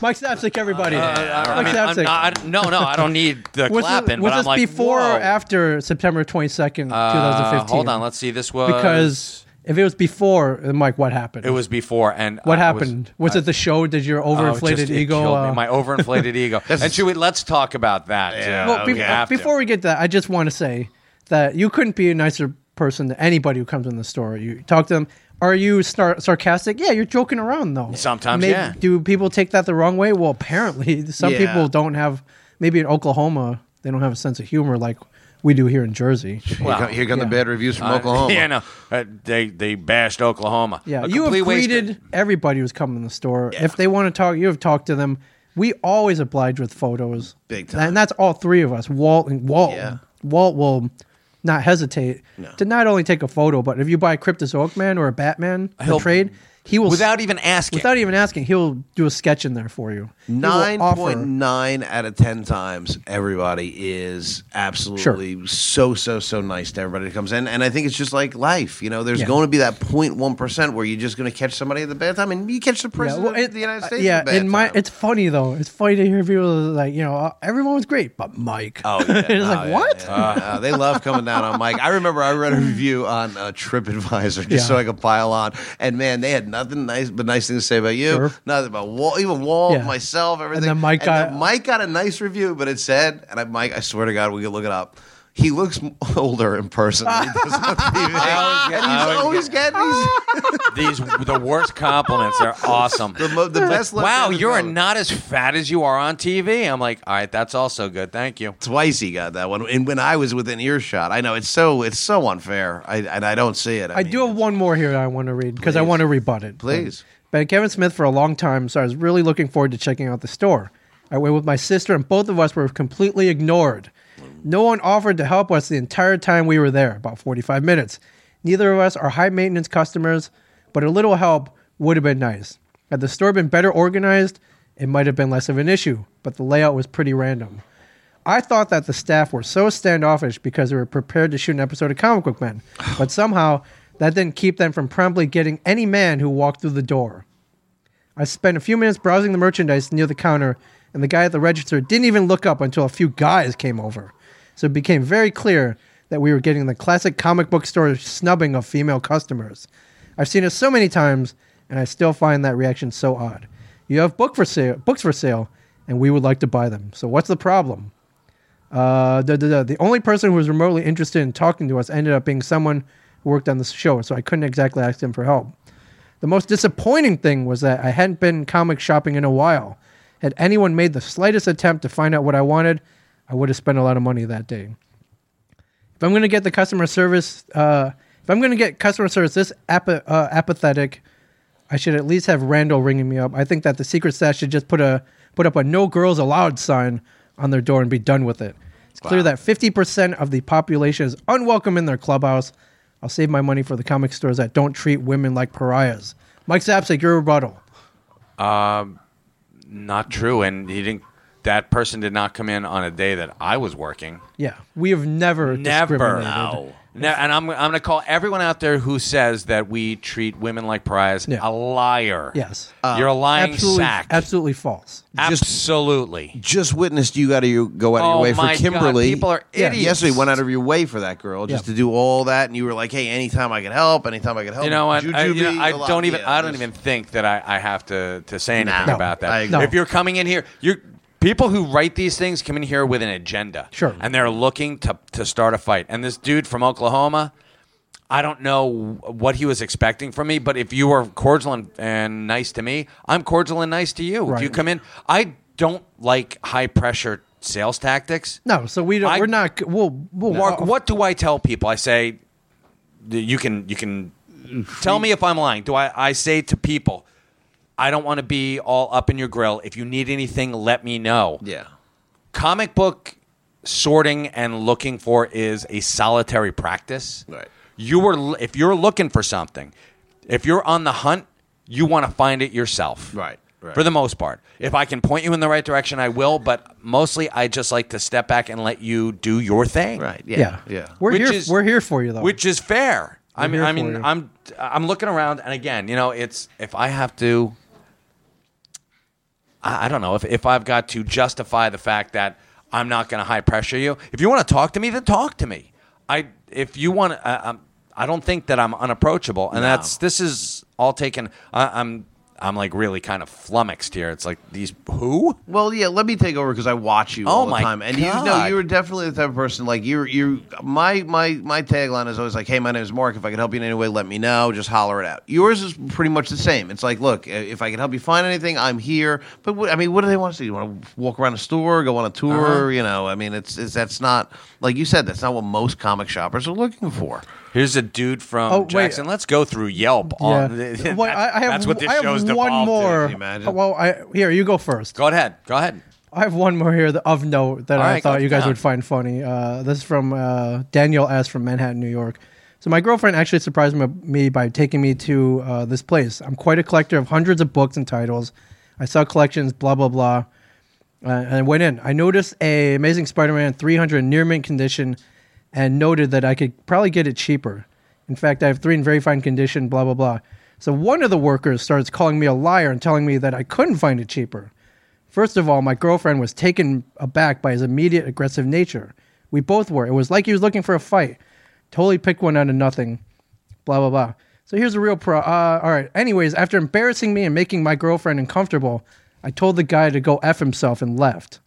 Mike Sapsik, everybody. Uh, I Mike mean, I'm Zapsik. not- I- no, no, I don't need the was clapping, This, was but I'm this like. before whoa. Uh, or after September 22nd, 2015? hold on, let's see, this was- because if it was before, then Mike, what happened? It was before, and what I happened? Was, it the show? Did your Oh, just- overinflated it ego? killed uh, me. My overinflated ego. And should we let's talk about that? Yeah, Well, be- before we get to that, I just want to say that you couldn't be a nicer person to anybody who comes in the store. You talk to them. Are you star- sarcastic? Yeah, you're joking around though. Sometimes, Maybe- yeah. Do people take that the wrong way? Well, apparently, some Yeah. people don't have. Maybe in Oklahoma, they don't have a sense of humor like we do here in Jersey. Well, come- here come the bad reviews from Uh, Oklahoma. Yeah, no, uh, they they bashed Oklahoma. Yeah, A you have complete waste of- greeted everybody who's come in the store. If they want to talk, you have talked to them. We always oblige with photos, big time, and that's all three of us. Walt and Walt, Walt will not hesitate to not only take a photo, but if you buy a Cryptus Oakman or a Batman the He'll- trade, he will Without even asking. Without even asking, he'll do a sketch in there for you. He will Nine offer- point nine out of ten times, everybody is absolutely so so so nice to everybody that comes in, and I think it's just like life. You know, there's Yeah. going to be that 0.1 percent where you're just going to catch somebody at the bad time, and you catch the president well, of the United Uh, States. yeah, at the bad and my it's funny though. It's funny to hear people like you know uh, everyone was great, but Mike. Oh, yeah. it's like yeah, what? yeah. Uh, they love coming down on Mike. I remember I read a review on uh, TripAdvisor just Yeah. so I could pile on, and man, they had nothing nice but nice things to say about you. Sure. Nothing about Walt, even Walt, Yeah. myself, everything. then Mike got- then Mike got a nice review, but it said, and I, Mike, I swear to God, we could look it up. He looks m- older in person. than he does on TV. always get- and I he's always always getting these. These the worst compliments. They're awesome. The, the best left Wow, hand is you are down. not as fat as you are on TV. I'm like, all right, that's also good. Thank you. Twice he got that one, and when I was within earshot, I know it's so it's so unfair. I and I don't see it. I, do have one more here that I want to read because I Please. want to rebut it. Please. Been Kevin Smith for a long time, so I was really looking forward to checking out the store. I went with my sister, and both of us were completely ignored. No one offered to help us the entire time we were there, about 45 minutes. Neither of us are high maintenance customers, but a little help would have been nice. Had the store been better organized, it might have been less of an issue, but the layout was pretty random. I thought that the staff were so standoffish because they were prepared to shoot an episode of Comic Book Men, but somehow that didn't keep them from promptly getting any man who walked through the door. I spent a few minutes browsing the merchandise near the counter and the guy at the register didn't even look up until a few guys came over. So it became very clear that we were getting the classic comic book store snubbing of female customers. I've seen it so many times, and I still find that reaction so odd. You have book for sale, books for sale, and we would like to buy them. So what's the problem? Uh, duh, duh, duh. The only person who was remotely interested in talking to us ended up being someone who worked on the show, so I couldn't exactly ask him for help. The most disappointing thing was that I hadn't been comic shopping in a while. Had anyone made the slightest attempt to find out what I wanted, I would have spent a lot of money that day. If I'm going to get the customer service, uh, if I'm going to get customer service this ap- uh, apathetic, I should at least have Randall ringing me up. I think that the secret staff should just put a put up a no girls allowed sign on their door and be done with it. It's clear that 50% of the population is unwelcome in their clubhouse. I'll save my money for the comic stores that don't treat women like pariahs. Mike Zapsik, your rebuttal. Um, not true. And he didn't. That person did not come in on a day that I was working. Yeah, we have never, Never. discriminated. Ne- and I'm, I'm going to call everyone out there who says that we treat women like pariahs a liar. Yes, Uh, You're a lying absolutely, sack. Absolutely false. Absolutely. Just witnessed you got to go out of Oh your way my for God, Kimberly. people are Yeah, idiots. Yesterday, went out of your way for that girl just Yeah. to do all that, and you were like, "Hey, anytime I can help, anytime I can help." You know what? I, you Jujube, know, I a lot. don't even. Yeah, I don't there's- even think that I, I have to, to say anything No. about I that. agree. If you're coming in here, you're people who write these things come in here with an agenda. Sure. And they're looking to to start a fight. And this dude from Oklahoma, I don't know what he was expecting from me, but if you were cordial and, and nice to me, I'm cordial and nice to you. If Right. you come in, I don't like high pressure sales tactics. No, so we don't. we're not. We'll, we'll Mark, what do I tell people? I say, you can, you can tell me if I'm lying. Do I, I say to people, I don't want to be all up in your grill. If you need anything, let me know. Yeah. Comic book sorting and looking for is a solitary practice. Right. You were, if you're looking for something, if you're on the hunt, you want to find it yourself. Right. right. For the most part, if I can point you in the right direction, I will. But mostly, I just like to step back and let you do your thing. Right. Yeah. We're Which here. is- we're here for you though. which is fair. I We're mean, here I for mean, you. I'm I'm looking around, and again, you know, it's if I have to, I, I don't know if if I've got to justify the fact that I'm not going to high pressure you. If you want to talk to me, then talk to me. I if you want, uh, um, I don't think that I'm unapproachable, and No. that's this is all taken. I, I'm I'm like really kind of flummoxed here. It's like these who? Well, yeah. Let me take over because I watch you Oh all the my time, and you know God. you were definitely the type of person like you. You, my my my tagline is always like, "Hey, my name is Mark. If I can help you in any way, let me know. Just holler it out." Yours is pretty much the same. It's like, look, if I can help you find anything, I'm here. But what, I mean, what do they want to see? You want to walk around a store, go on a tour? Uh-huh. You know, I mean, it's, it's that's not like you said. That's not what most comic shoppers are looking for. Here's a dude from Oh, wait. Jackson. Let's go through Yelp. On, Yeah. Well, I, I have, that's what this I have show's one devolved to, more. can you imagine? Well, I, here you go first. Go ahead. Go ahead. I have one more here that, of note that All I right, thought go you guys down. would find funny. Uh, this is from uh, Daniel S. from Manhattan, New York. So my girlfriend actually surprised me, me by taking me to uh, this place. I'm quite a collector of hundreds of books and titles. I saw collections, blah blah blah, uh, and I went in. I noticed a Amazing Spider-Man 300 near mint condition, and noted that I could probably get it cheaper. In fact, I have three in very fine condition, blah blah blah. So one of the workers starts calling me a liar and telling me that I couldn't find it cheaper. First of all, my girlfriend was taken aback by his immediate aggressive nature. We both were. It was like he was looking for a fight. Totally picked one out of nothing. Blah, blah, blah. So here's a real pro. Uh, all right. Anyways, after embarrassing me and making my girlfriend uncomfortable, I told the guy to go F himself and left.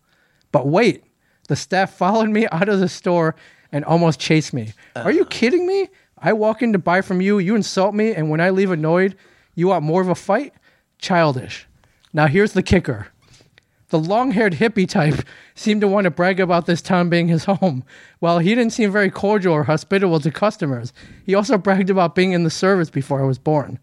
But wait, the staff followed me out of the store and almost chased me. Are you kidding me? I walk in to buy from you, you insult me, and when I leave annoyed, you want more of a fight? Childish. Now here's the kicker. The long haired hippie type seemed to want to brag about this town being his home. While he didn't seem very cordial or hospitable to customers, he also bragged about being in the service before I was born.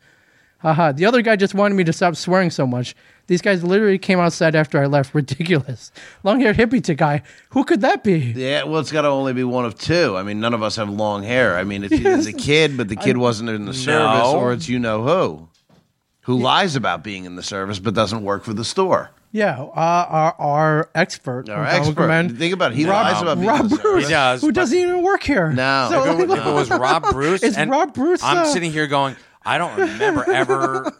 Haha, the other guy just wanted me to stop swearing so much. These guys literally came outside after I left. Ridiculous. Long haired hippie t- guy. Who could that be? Yeah, well, it's got to only be one of two. I mean, none of us have long hair. I mean, it's either the kid, but the kid wasn't in the service, or it's you know who, who lies about being in the service but doesn't work for the store. Yeah, uh, our, our expert. Our from Comic expert. Man, Think about it. He Rob, lies about being Rob in the service. Bruce, He does, who doesn't even work here. No. So, if, it, was- if it was Rob Bruce, It's and Rob Bruce. I'm uh, sitting here going, I don't remember ever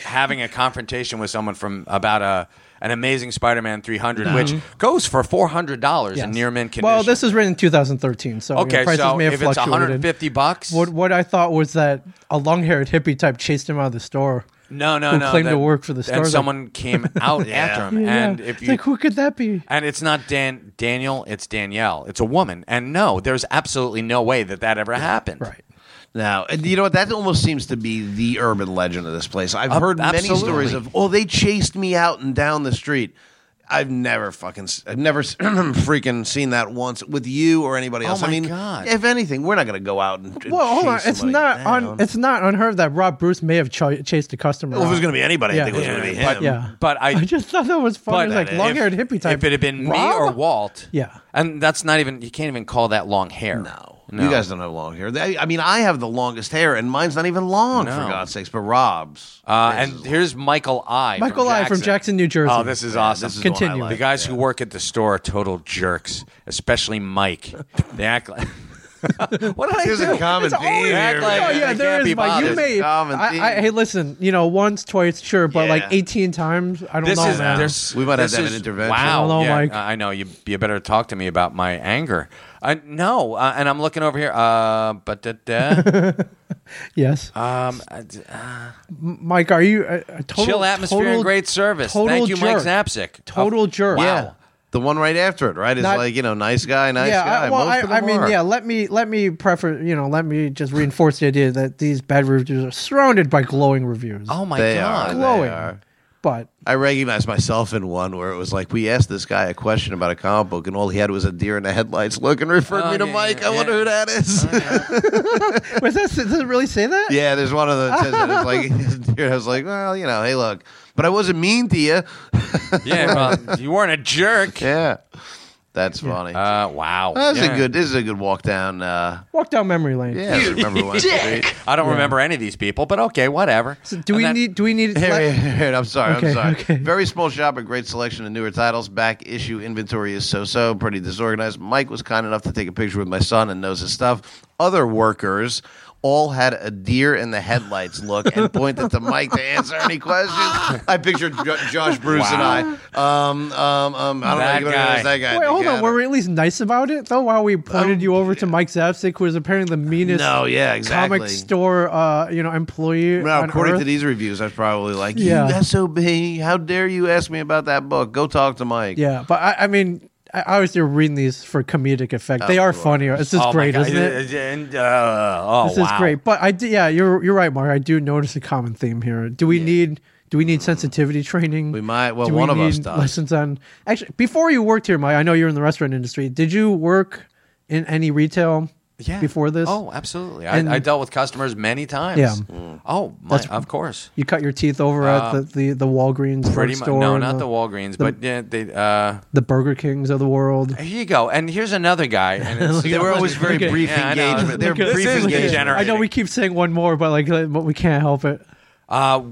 having a confrontation with someone from about a an amazing Spider-Man 300, No. which goes for four hundred dollars in Mm-hmm. Yes. near mint condition. Well, this is written in 2013, so you know, Okay, prices so may have if it's fluctuated. 150 bucks, What what I thought was that a long-haired hippie type chased him out of the store. no, no, who no. claimed that- to work for the store. And like- someone came out after him, Yeah, yeah. and if It's you like, who could that be? And it's not Dan Daniel, it's Danielle. It's a woman. And no, there's absolutely no way that that ever happened. Right. Now, and you know what? That almost seems to be the urban legend of this place. I've Ab- heard many absolutely. stories of, oh, they chased me out and down the street. I've never fucking, s- I've never s- freaking seen that once with you or anybody Oh else. my I mean, God. if anything, we're not going to go out and. and Well, hold on. chase It's somebody not down. on. It's not unheard of that Rob Bruce may have ch- chased a customer. Well, if it was out. going to be anybody, Yeah. I think it was going to be him. But, Yeah. but I, I just thought that was funny. But like if- long haired hippie type. If it had been me Rob? or Walt. Yeah. And that's not even, you can't even call that long hair. No. No. You guys don't have long hair. They- I mean, I have the longest hair, and mine's not even long, No. for God's sakes, but Rob's. Uh, and here's Michael I. from Michael I from Jackson, New Jersey. Oh, this is Yeah, awesome. this is the one I Continue. like, The guys who work at the store are total jerks, especially Mike. They act like. what did I There's a do? common It's always- theme They act like here, man. they Oh, yeah, Yeah, can't there be is my you bothered. may I, I, hey listen you know once twice sure but like Yeah. 18 times I don't this know is man. there's- We might have this to have is- an intervention. Wow, I don't know, yeah, Mike. I I know you. You better talk to me about my anger. I no, uh, and I'm looking over here. Uh, but da, da. yes um, I d- uh, M- Mike are you a, a total chill atmosphere total, and great service. total Thank you, jerk. Mike Zapsik. total jerk Yeah. The one right after it, right? Is Not- like, you know, nice guy, nice yeah, guy. I, well, Most I, of I them mean, are. yeah. Let me let me prefer, you know, let me just reinforce the idea that these bad reviews are surrounded by glowing reviews. Oh my They god, are, they glowing, are. but I recognize myself in one where it was like we asked this guy a question about a comic book, and all he had was a deer in the headlights look, and referred Oh, me to yeah, Mike. yeah, I wonder yeah. who that is. was that does it really say that? yeah, there's one of the says that it's like deer. I was like, well, you know, hey, look, but I wasn't mean to you. yeah, well, you weren't a jerk. Yeah, that's funny. Uh, wow, that's Yeah. a good. This is a good walk down. Uh, Walk down memory lane. yeah, I remember one street. I don't remember any of these people, but okay, whatever. Do we need? Do we need? Here, let- here, here, I'm sorry. Okay, I'm sorry. okay. Very small shop, a great selection of newer titles. Back issue inventory is so so, pretty disorganized. Mike was kind enough to take a picture with my son and knows his stuff. Other workers all had a deer in the headlights look and pointed to Mike to answer any questions. I pictured jo- Josh Bruce Wow. and I. Um, um, um, I don't That know. You guy. guy. That guy Wait, hold together. on. Were we at least nice about it though? While we pointed you over to Mike Zapsik, who is apparently the meanest. No, yeah, exactly. Comic store, uh, you know, employee. Now, on according Earth. to these reviews, I was probably like, Yeah. "You sob, how dare you ask me about that book? Go talk to Mike." Yeah, but I, I mean, I I obviously reading these for comedic effect. they Of are course. funnier. This is Oh my great, God. isn't it? And, uh, oh, this is wow. great. But I do, yeah, you're you're right, Mark. I do notice a common theme here. Do we need do we need sensitivity training? We might. Well, do one of us need does. Lessons on actually before you worked here, Mike. I know you're in the restaurant industry. Did you work in any retail? Yeah. Before this, Oh, absolutely. And- I, I dealt with customers many times. Yeah. Oh, my, That's- of course. you cut your teeth over at Uh, the, the, the Walgreens Pretty much. store. No, and not the, Walgreens, the- but yeah, they. Uh, the Burger Kings of the world. here you go. And here's another guy. And it's, They were always very brief I know. engagement. They were This brief is engagement. I know we keep saying one more, but like, but we can't help it. Uh,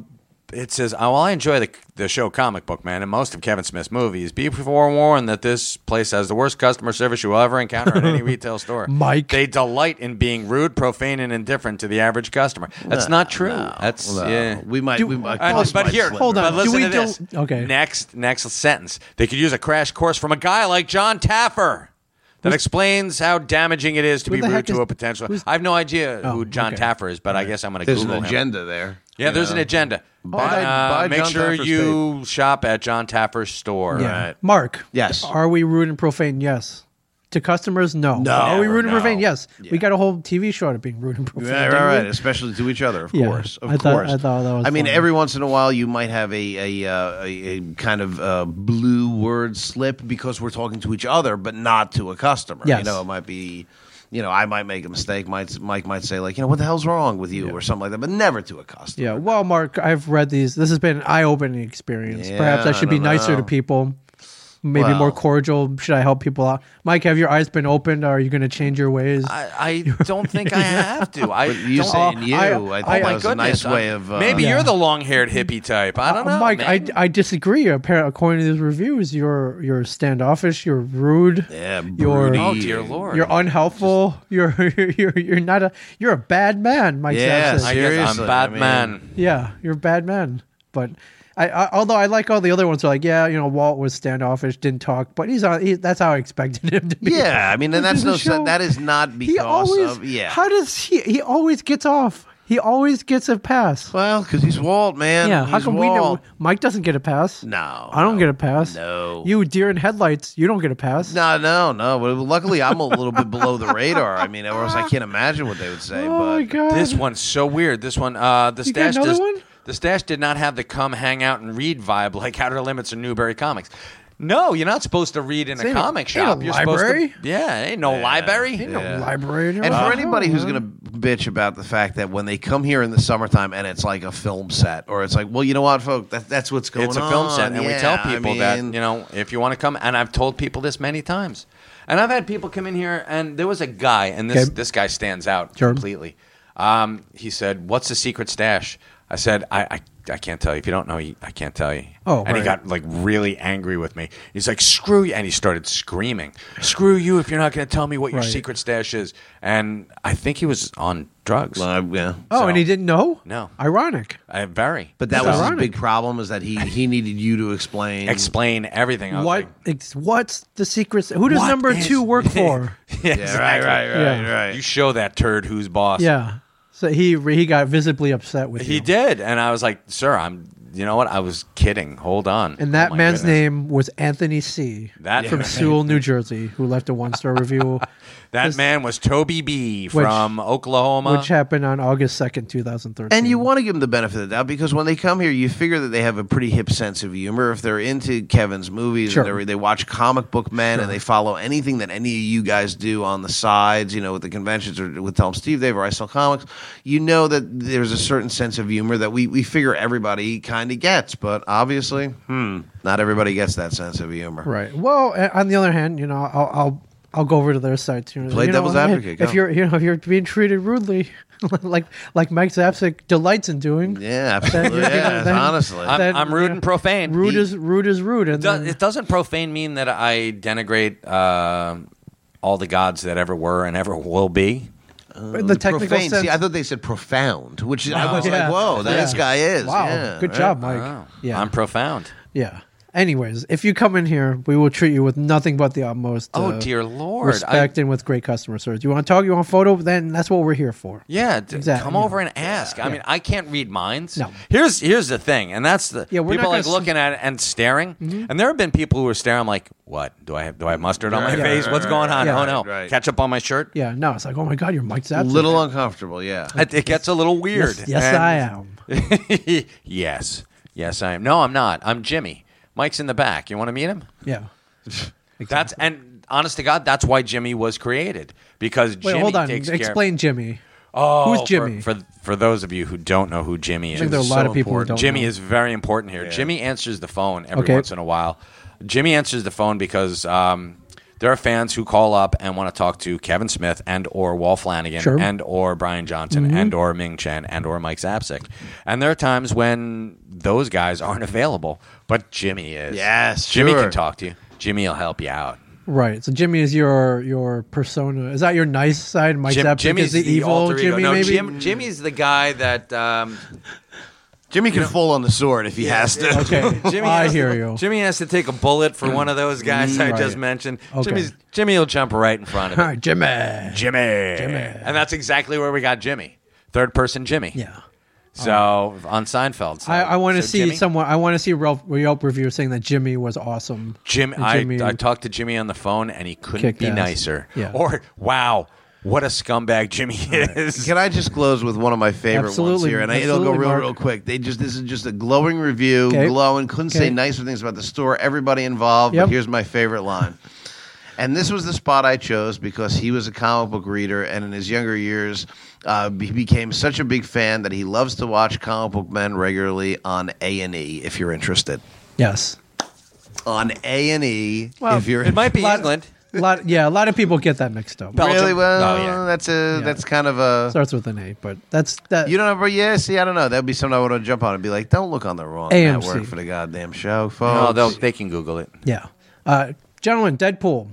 it says, oh, "Well, I enjoy the the show Comic Book Man and most of Kevin Smith's movies. Be forewarned that this place has the worst customer service you will ever encounter at any retail store. Mike. they delight in being rude, profane, and indifferent to the average customer. That's No, not true. That's no. yeah. uh, We might. Do- we might Uh, cost but might here, slip. Hold on. But listen Do we to this. del- okay. Next, next sentence. They could use a crash course from a guy like John Taffer. That explains how damaging it is to Who be the rude heck to is- a potential. who's- I have no idea Oh, who John okay. Taffer is, but I guess I'm going to There's Google an him. agenda there. Yeah, you there's an know. agenda. Buy- And, uh, buy make John sure Taffer's you shop at John Taffer's store. Yeah. Mark. Yes. Are we rude and profane? Yes. To customers, no. No. Are we rude and No. profane? Yes. We got a whole TV show out of being rude and profane. Yeah, didn't right, right. we? Especially to each other, of Yeah, course. Of I thought- course. I thought that was I mean, funny. every once in a while, you might have a a, uh, a, a kind of uh, blue word slip because we're talking to each other, but not to a customer. Yes. You know, it might be. You know, I might make a mistake. Might Mike might say like, you know, what the hell's wrong with you, or something like that, but never to a customer. Yeah. Well, Mark, I've read these. This has been an eye opening experience. Perhaps Yeah, I I should be don't nicer to know. people. Maybe more Well. cordial. Should I help people out? Mike, have your eyes been opened? Are you going to change your ways? I, I don't think I have to. I But you don't- saying Oh, you, I- I, I- think Oh my that was a goodness! nice way I'm- of uh, Oh, maybe Yeah. you're the long-haired hippie type. I don't know, Mike, man. I, I disagree. Appar- According to these reviews, you're you're standoffish. You're rude. Yeah, You're broody. Oh, dear Lord. You're unhelpful. You're, you're you're not a you're a bad man, Mike. Yeah, Sampson. I guess I'm Seriously, I bad mean- man. Yeah, you're a bad man. But I, I although I like all the other ones, are like yeah, you know, Walt was standoffish, didn't talk, but he's on. He, that's how I expected him to be. Yeah, I mean, and This that's is a no. show- That is not because he always. of yeah. How does he? He always gets off. He always gets a pass. Well, because he's Walt, man. Yeah. How He's come we know Walt. Mike doesn't get a pass? No, I don't get a pass. No. You deer in headlights. You don't get a pass. No, no, no. Well, luckily, I'm a little bit below the radar. I mean, or else I can't imagine what they would say. Oh my god. This one's so weird. This one, uh, the You got stash another does, one? the stash did not have the come hang out and read vibe like Outer Limits and Newberry Comics. No, you're not supposed to read in Ain't a a- comic ain't shop. a you're library. supposed to, yeah, ain't no library. Ain't Yeah. library. And for anybody who's going to bitch about the fact that when they come here in the summertime and it's like a film set, or it's like, well, you know what, folk, that, that's what's going on. it's a film set, and we tell Yeah, I people mean, that you know if you want to come. And I've told people this many times, and I've had people come in here, and there was a guy, and this Okay. this guy stands out Sure. completely. Um, he said, "What's the secret stash?" I said, "I." I I can't tell you. If you don't know, you- I can't tell you. Oh, and he right. got like really angry with me. He's like, "Screw you!" And he started screaming, "Screw you! If you're not going to tell me what your Right. secret stash is." And I think he was on drugs. yeah. Oh, and he didn't know. No. Ironic. I very. But that It's was ironic. his big problem is that he, he needed you to explain explain everything. I was What? like, It's, what's the secret? Who does What number is- two work for? yeah, right, right, right, yeah. right. You show that turd who's boss. Yeah. So he he got visibly upset with He you. did, and I was like, "Sir, I'm. You know what? I was kidding. Hold on." And Oh that my man's goodness. name was Anthony C. That- from Yeah. Sewell, New Jersey, who left a one star review, That man uh, was Toby B Which- from Oklahoma. which happened on August second, two thousand thirteen. And you want to give them the benefit of the doubt because when they come here, you figure that they have a pretty hip sense of humor. If they're into Kevin's movies, Sure. and they're- they watch comic book men, Sure. and they follow anything that any of you guys do on the sides, you know, with the conventions or with Tell 'em Steve Dave or I Sell Comics, you know that there's a certain sense of humor that we, we figure everybody kind of gets. But obviously, hmm, not everybody gets that sense of humor. Right. Well, a- on the other hand, you know, I'll I'll, I'll go over to their side too. Play you devil's know, advocate, If go. you're you know if you're being treated rudely, like like Mike Zapsik delights in doing. Yeah, then absolutely. you're gonna- Yeah, then- honestly. I'm, then, I'm rude yeah, and profane. Rude He- is rude is rude, and do- then- it doesn't profane mean that I denigrate uh, all the gods that ever were and ever will be. in the technical Profane. sense. See, I thought they said profound, which is I Wow. was Yeah. like, whoa, that Yeah. this guy is. Wow, Yeah, good right. job, Mike. Wow. Yeah. Oh, I'm profound. Yeah. Anyways, if you come in here, we will treat you with nothing but the utmost. Oh, uh, dear Lord. Respect and with great customer service. You want to talk? You want a photo? Then that's what we're here for. Yeah, d- Exactly. come over and ask. I mean, I can't read minds. No. Here's here's the thing, and that's the Yeah, we're people like not gonna s- Mm-hmm. looking at it and staring. And there have been people who are staring. I'm like, what? Do I have do I have mustard on my Right, face? right, What's going on? right, oh no, right. ketchup on my shirt. Yeah. No, it's like, oh my God, you're Mike A Zapsik. little uncomfortable, yeah. It, it gets a little weird. Yes, yes, I am. am. yes, yes, I am. No, I'm not. I'm Jimmy. Mike's in the back. You want to meet him? Yeah. That's and honest to God, that's why Jimmy was created because Wait, Jimmy hold on. takes care. Explain Jimmy. Oh, Who's for- Jimmy? For, for those of you who don't know who Jimmy is, think there are a lot of people who important. don't Jimmy know. is very important here. Jimmy answers the phone every Okay. once in a while. Jimmy answers the phone because um, there are fans who call up and want to talk to Kevin Smith and or Wall Flanagan Sure. Mm-hmm. and or Brian Johnson and or Ming Chen and or Mike Zapsik. And there are times when those guys aren't available, but Jimmy is. Yes, Jimmy sure. can talk to you. Jimmy will help you out. Right. So Jimmy is your your persona. Is that your nice side? Mike Jim- Zapsik is the, evil alter ego. Jimmy, No, maybe. Jim, Jimmy's the guy that um, Jimmy can fall on the sword if he has to. Okay. Jimmy I has hear to, you. Jimmy has to take a bullet for one of those guys I Right. just mentioned. Okay. Jimmy's, Jimmy will jump right in front of All him. right, Jimmy. Jimmy. Jimmy. And that's exactly where we got Jimmy. Third person Jimmy. Yeah. So on Seinfeld. So, I, I want to so see Jimmy- someone. I want to see Yelp, Yelp review saying that Jimmy was awesome. Jim, And I, Jimmy- I talked to Jimmy on the phone and he couldn't Kicked be ass. nicer. Yeah. Or, wow, what a scumbag Jimmy is. Can I just close with one of my favorite ones Absolutely, here? And I, it'll go absolutely, real, Mark. real quick. They just this is just a glowing review, Okay. glowing. Couldn't Okay. say nicer things about the store, everybody involved. Yep. But here's my favorite line. And this was the spot I chose because he was a comic book reader, and in his younger years, uh, he became such a big fan that he loves to watch comic book men regularly on A and E. If you're interested, Yes. on A and E, Well, if you're it might be England. A lot, yeah, a lot of people get that mixed up. Belgium. really well, Oh, yeah. that's a that's kind of a Starts with an A, but that's that. You don't know, but yeah, see, I don't know. That'd be something I would jump on and be like, don't look on the wrong AMC. network for the goddamn show, No, folks. they'll- they can Google it. yeah, uh, gentlemen, Deadpool.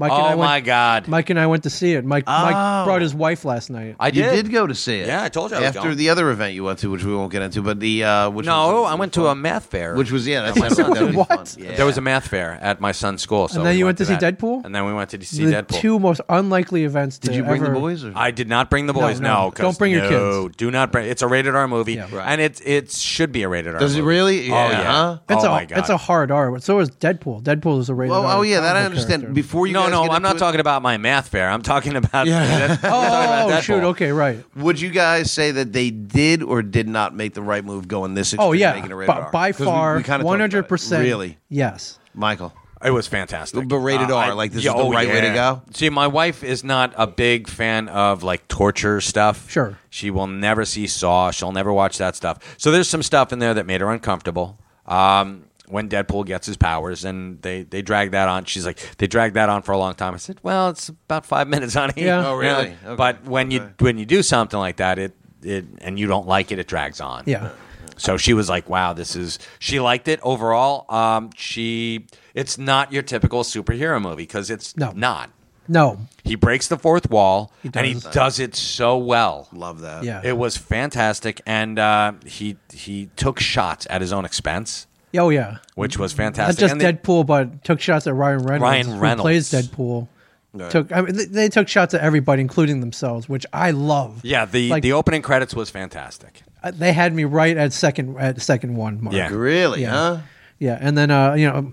Mike and Oh, I went, my God. Mike and I went to see it. Mike Mike Oh. brought his wife last night. You did go to see it. Yeah, I told you I was After going. the other event you went to, which we won't get into, but the uh, which No, was- I went to a math fair. Which was yeah, that At my sounded like son's that'd be school. fun. There was a math fair at my son's school. So And then we you went to see that. Deadpool? And then we went to see the Deadpool. two most unlikely events. to ever- I did not bring the No, boys. no. No, Don't bring your kids. Do not bring. It's a rated R movie, and it it should be a rated R. Does it movie. really? Oh Yeah, yeah. huh? It's oh a my god. it's a hard R. So is Deadpool. Deadpool is a rated Well, R. oh yeah, that I comic understand. character. Before you no, guys no, get I'm not into talking about my math fair. I'm talking about. that- we're talking Oh about shoot! Deadpool. Okay, right. it, would you guys say that they did or did not make the right move going this? Oh extreme, yeah, making a rated by, R? by 'Cause we- far, we kinda talked one about it. hundred percent. Really, Yes. Michael? It was fantastic. But rated Uh, R, I- like this yeah, is the oh, right way to yeah. go. See, my wife is not a big fan of like torture stuff. Sure. She will never see Saw. She'll never watch that stuff. So there's some stuff in there that made her uncomfortable. Um, when Deadpool gets his powers and they they drag that on, she's like they drag that on for a long time. I said, well, it's about five minutes on here. Yeah. Oh, really? Yeah. But when you when you do something like that, it it and you don't like it, it drags on. Yeah. So she was like, "Wow, this is." She liked it overall. Um, she, it's not your typical superhero movie because it's No. not. No. He breaks the fourth wall, He and he does. does it so well. Love that. Yeah. it was fantastic, and uh, he he took shots at his own expense, Oh yeah. which was Not fantastic. just And they- Deadpool, but took shots at Ryan Reynolds. Ryan who Reynolds. plays Deadpool. Yeah. Took I mean, they, they took shots at everybody, including themselves, which I love. yeah, the like- the opening credits was fantastic. Uh, They had me right at second at second one mark. Yeah. Really? Yeah. Huh? Yeah, and then uh, you know,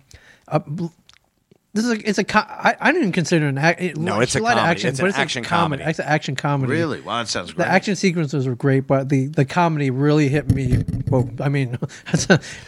uh, bl- this is a, it's a co- I, I didn't consider it an act. it- No, it's a lot of comedy. action, It's but an a action comedy. comedy. It's an action comedy. Really? Wow, that sounds The great. action sequences were great, but the, the comedy really hit me. Well, I mean,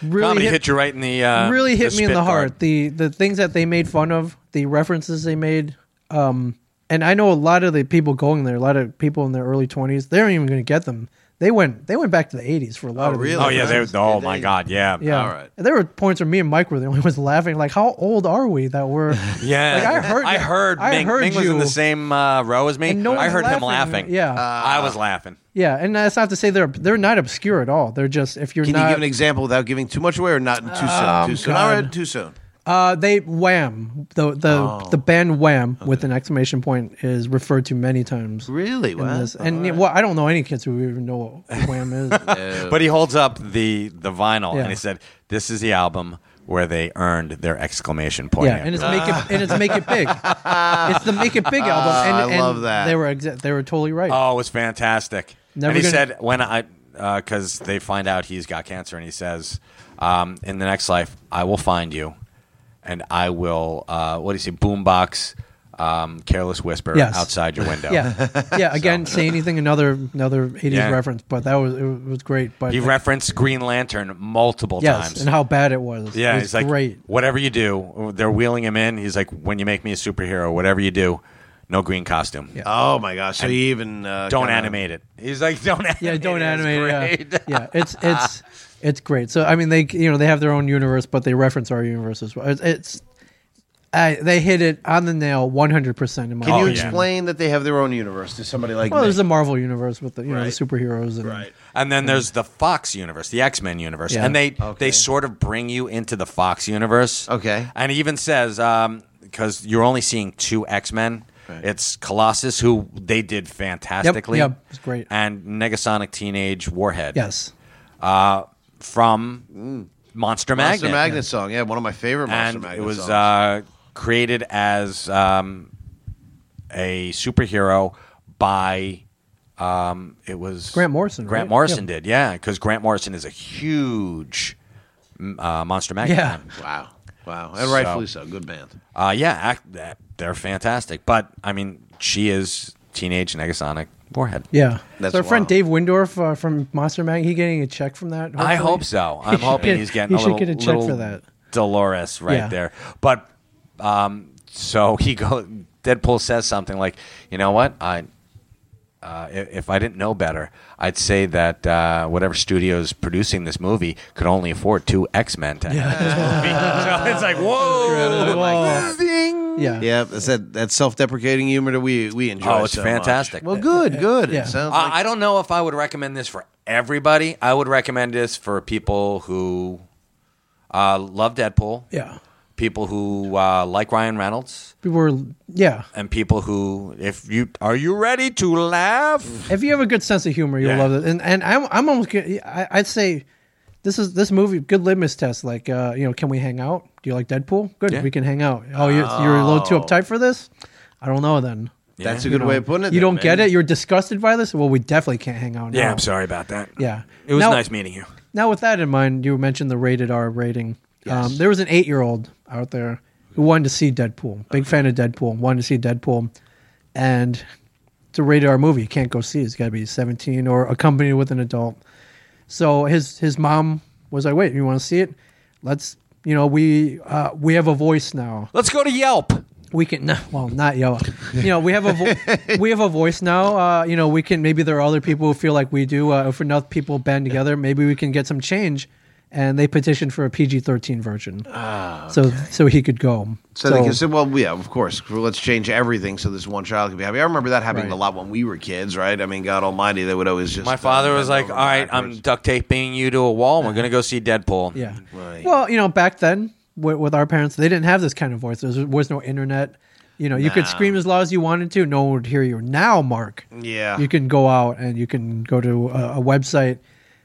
really Comedy hit, hit, you right in the uh, really hit me spit in the guard. heart. The the things that they made fun of, the references they made, um, and I know a lot of the people going there, a lot of people in their early twenties, they aren't even going to get them. They went they went back to the eighties for a lot of these Oh yeah, they, references. oh my god, yeah, Yeah. And There were points where me and Mike were the only ones laughing. Like, how old are we that we're? Yeah, Like, I heard. I heard. I Ming, heard Ming was in you. the same uh, row as me. And no I one's heard him laughing. laughing. Uh, Yeah. I was laughing. Yeah, and that's not to say they're they're not obscure at all. They're just if you're Can not. Oh, you give an example without giving too much away or not too soon? Too soon. All God. right, too soon. uh, they wham the the the band wham with an exclamation point is referred to many times. Really? in Wow. this. And yeah, well, I don't know any kids who even know what wham is. Uh, But he holds up the the vinyl Yeah. and he said, "This is the album where they earned their exclamation point." yeah, and it's make it and it's make it big. it's the make it big album. And, Ah, I and love that. They were exa- they were totally right. Oh, it was fantastic. Never and he gonna- said, "When I." Because they find out he's got cancer, and he says, um, "In the next life, I will find you, and I will." Uh, what do you say? Boombox, um, careless whisper Yes. outside your window. Yeah, yeah. Again, say anything another another eighties Yeah. reference, but that was it was great. But He referenced Green Lantern multiple yes, times. and how bad it was. Yeah, it was he's like, great. whatever you do, they're wheeling him in. He's like, when you make me a superhero, whatever you do, no green costume. Oh my gosh! So And he even uh, don't kinda- animate it. He's like, don't animate Yeah, don't it. It's animate. great. it. Yeah. yeah, it's it's it's great. So I mean, they you know they have their own universe, but they reference our universe as well. It's, it's I, they hit it on the nail one hundred percent in my. Can Oh, you opinion. explain that they have their own universe to somebody like Well, me? there's the Marvel universe with the you know the superheroes and And then there's the Fox universe, the X Men universe, Yeah. and they they sort of bring you into the Fox universe. Okay, and he even says because you're only seeing two X Men. It's Colossus, who they did fantastically. yep, it's great. And Negasonic Teenage Warhead. Yes. uh, from Monster Magnet. Monster Magnet song, yeah, one of my favorite Monster and Magnet it was songs. uh, created as um, a superhero by um, it was Grant Morrison, Grant right? Morrison Yeah. did, yeah, because Grant Morrison is a huge mm, uh, Monster Magnet. Yeah. fan. wow, wow, and rightfully so. Good band. Uh, yeah, act, that- they're fantastic. But I mean, she is teenage Negasonic Warhead. Yeah, that's so our friend wild. Dave Windorf uh, from Monster Mag, he getting a check from that. I hopefully? hope so. I'm He should hoping get- he's getting He a should little, get a check little for that. Dolores right Yeah. there. But um, so he go. Deadpool says something like, "You know what? I uh, i- if I didn't know better, I'd say that uh, whatever studio's producing this movie could only afford two X Men to." so it's like, Oh, whoa, Yeah, yeah. That's that, that self-deprecating humor that we we enjoy. Oh, it's so much. fantastic. Uh, Well, good, good. Uh, Yeah. It sounds I- like I don't know if I would recommend this for everybody. I would recommend this for people who uh, love Deadpool. Yeah. people who uh, like Ryan Reynolds We were, yeah. and people who, if you are you ready to laugh? If you have a good sense of humor, you'll Yeah. love it. And and I'm I'm almost g- I, I'd say this is this movie good litmus test. Like uh, you know, can we hang out? Do you like Deadpool? Good, Yeah. we can hang out. Oh, you're, you're a little too Oh. uptight for this. I don't know. Then That's You a good know, way of putting it. You then, don't get man. it. You're disgusted by this. Well, we definitely can't hang out. Yeah, now. I'm sorry about that. Yeah. It was Now- nice meeting you. Now, with that in mind, you mentioned the rated R rating. Um, there was an eight year old out there who wanted to see Deadpool. Big fan of Deadpool. Wanted to see Deadpool. And it's a rated R movie. You can't go see it. It's got to be 17 or accompanied with an adult. So his, his mom was like, wait, you want to see it? Let's, you know, we, uh, we have a voice now. Let's go to Yelp. We can no, well, not Yelp. You know, we have a vo- we have a voice now. Uh, you know, we can maybe there are other people who feel like we do. Uh, if enough people band together, maybe we can get some change. And they petitioned for a PG thirteen version, so so he could go. Ah, So, they can say, well, yeah, of course. Let's change everything so this one child can be happy. I remember that happening Right. a lot when we were kids, right? I mean, God Almighty, they would always just. My father was like, "All right, I'm duct taping you to a wall. and We're gonna go see Deadpool." Yeah. well, you know, back then with, with our parents, they didn't have this kind of voice. There was, was no internet. You know, you could Nah. scream as loud as you wanted to. No one would hear you. Now, Mark, Yeah. you can go out and you can go to a, a website,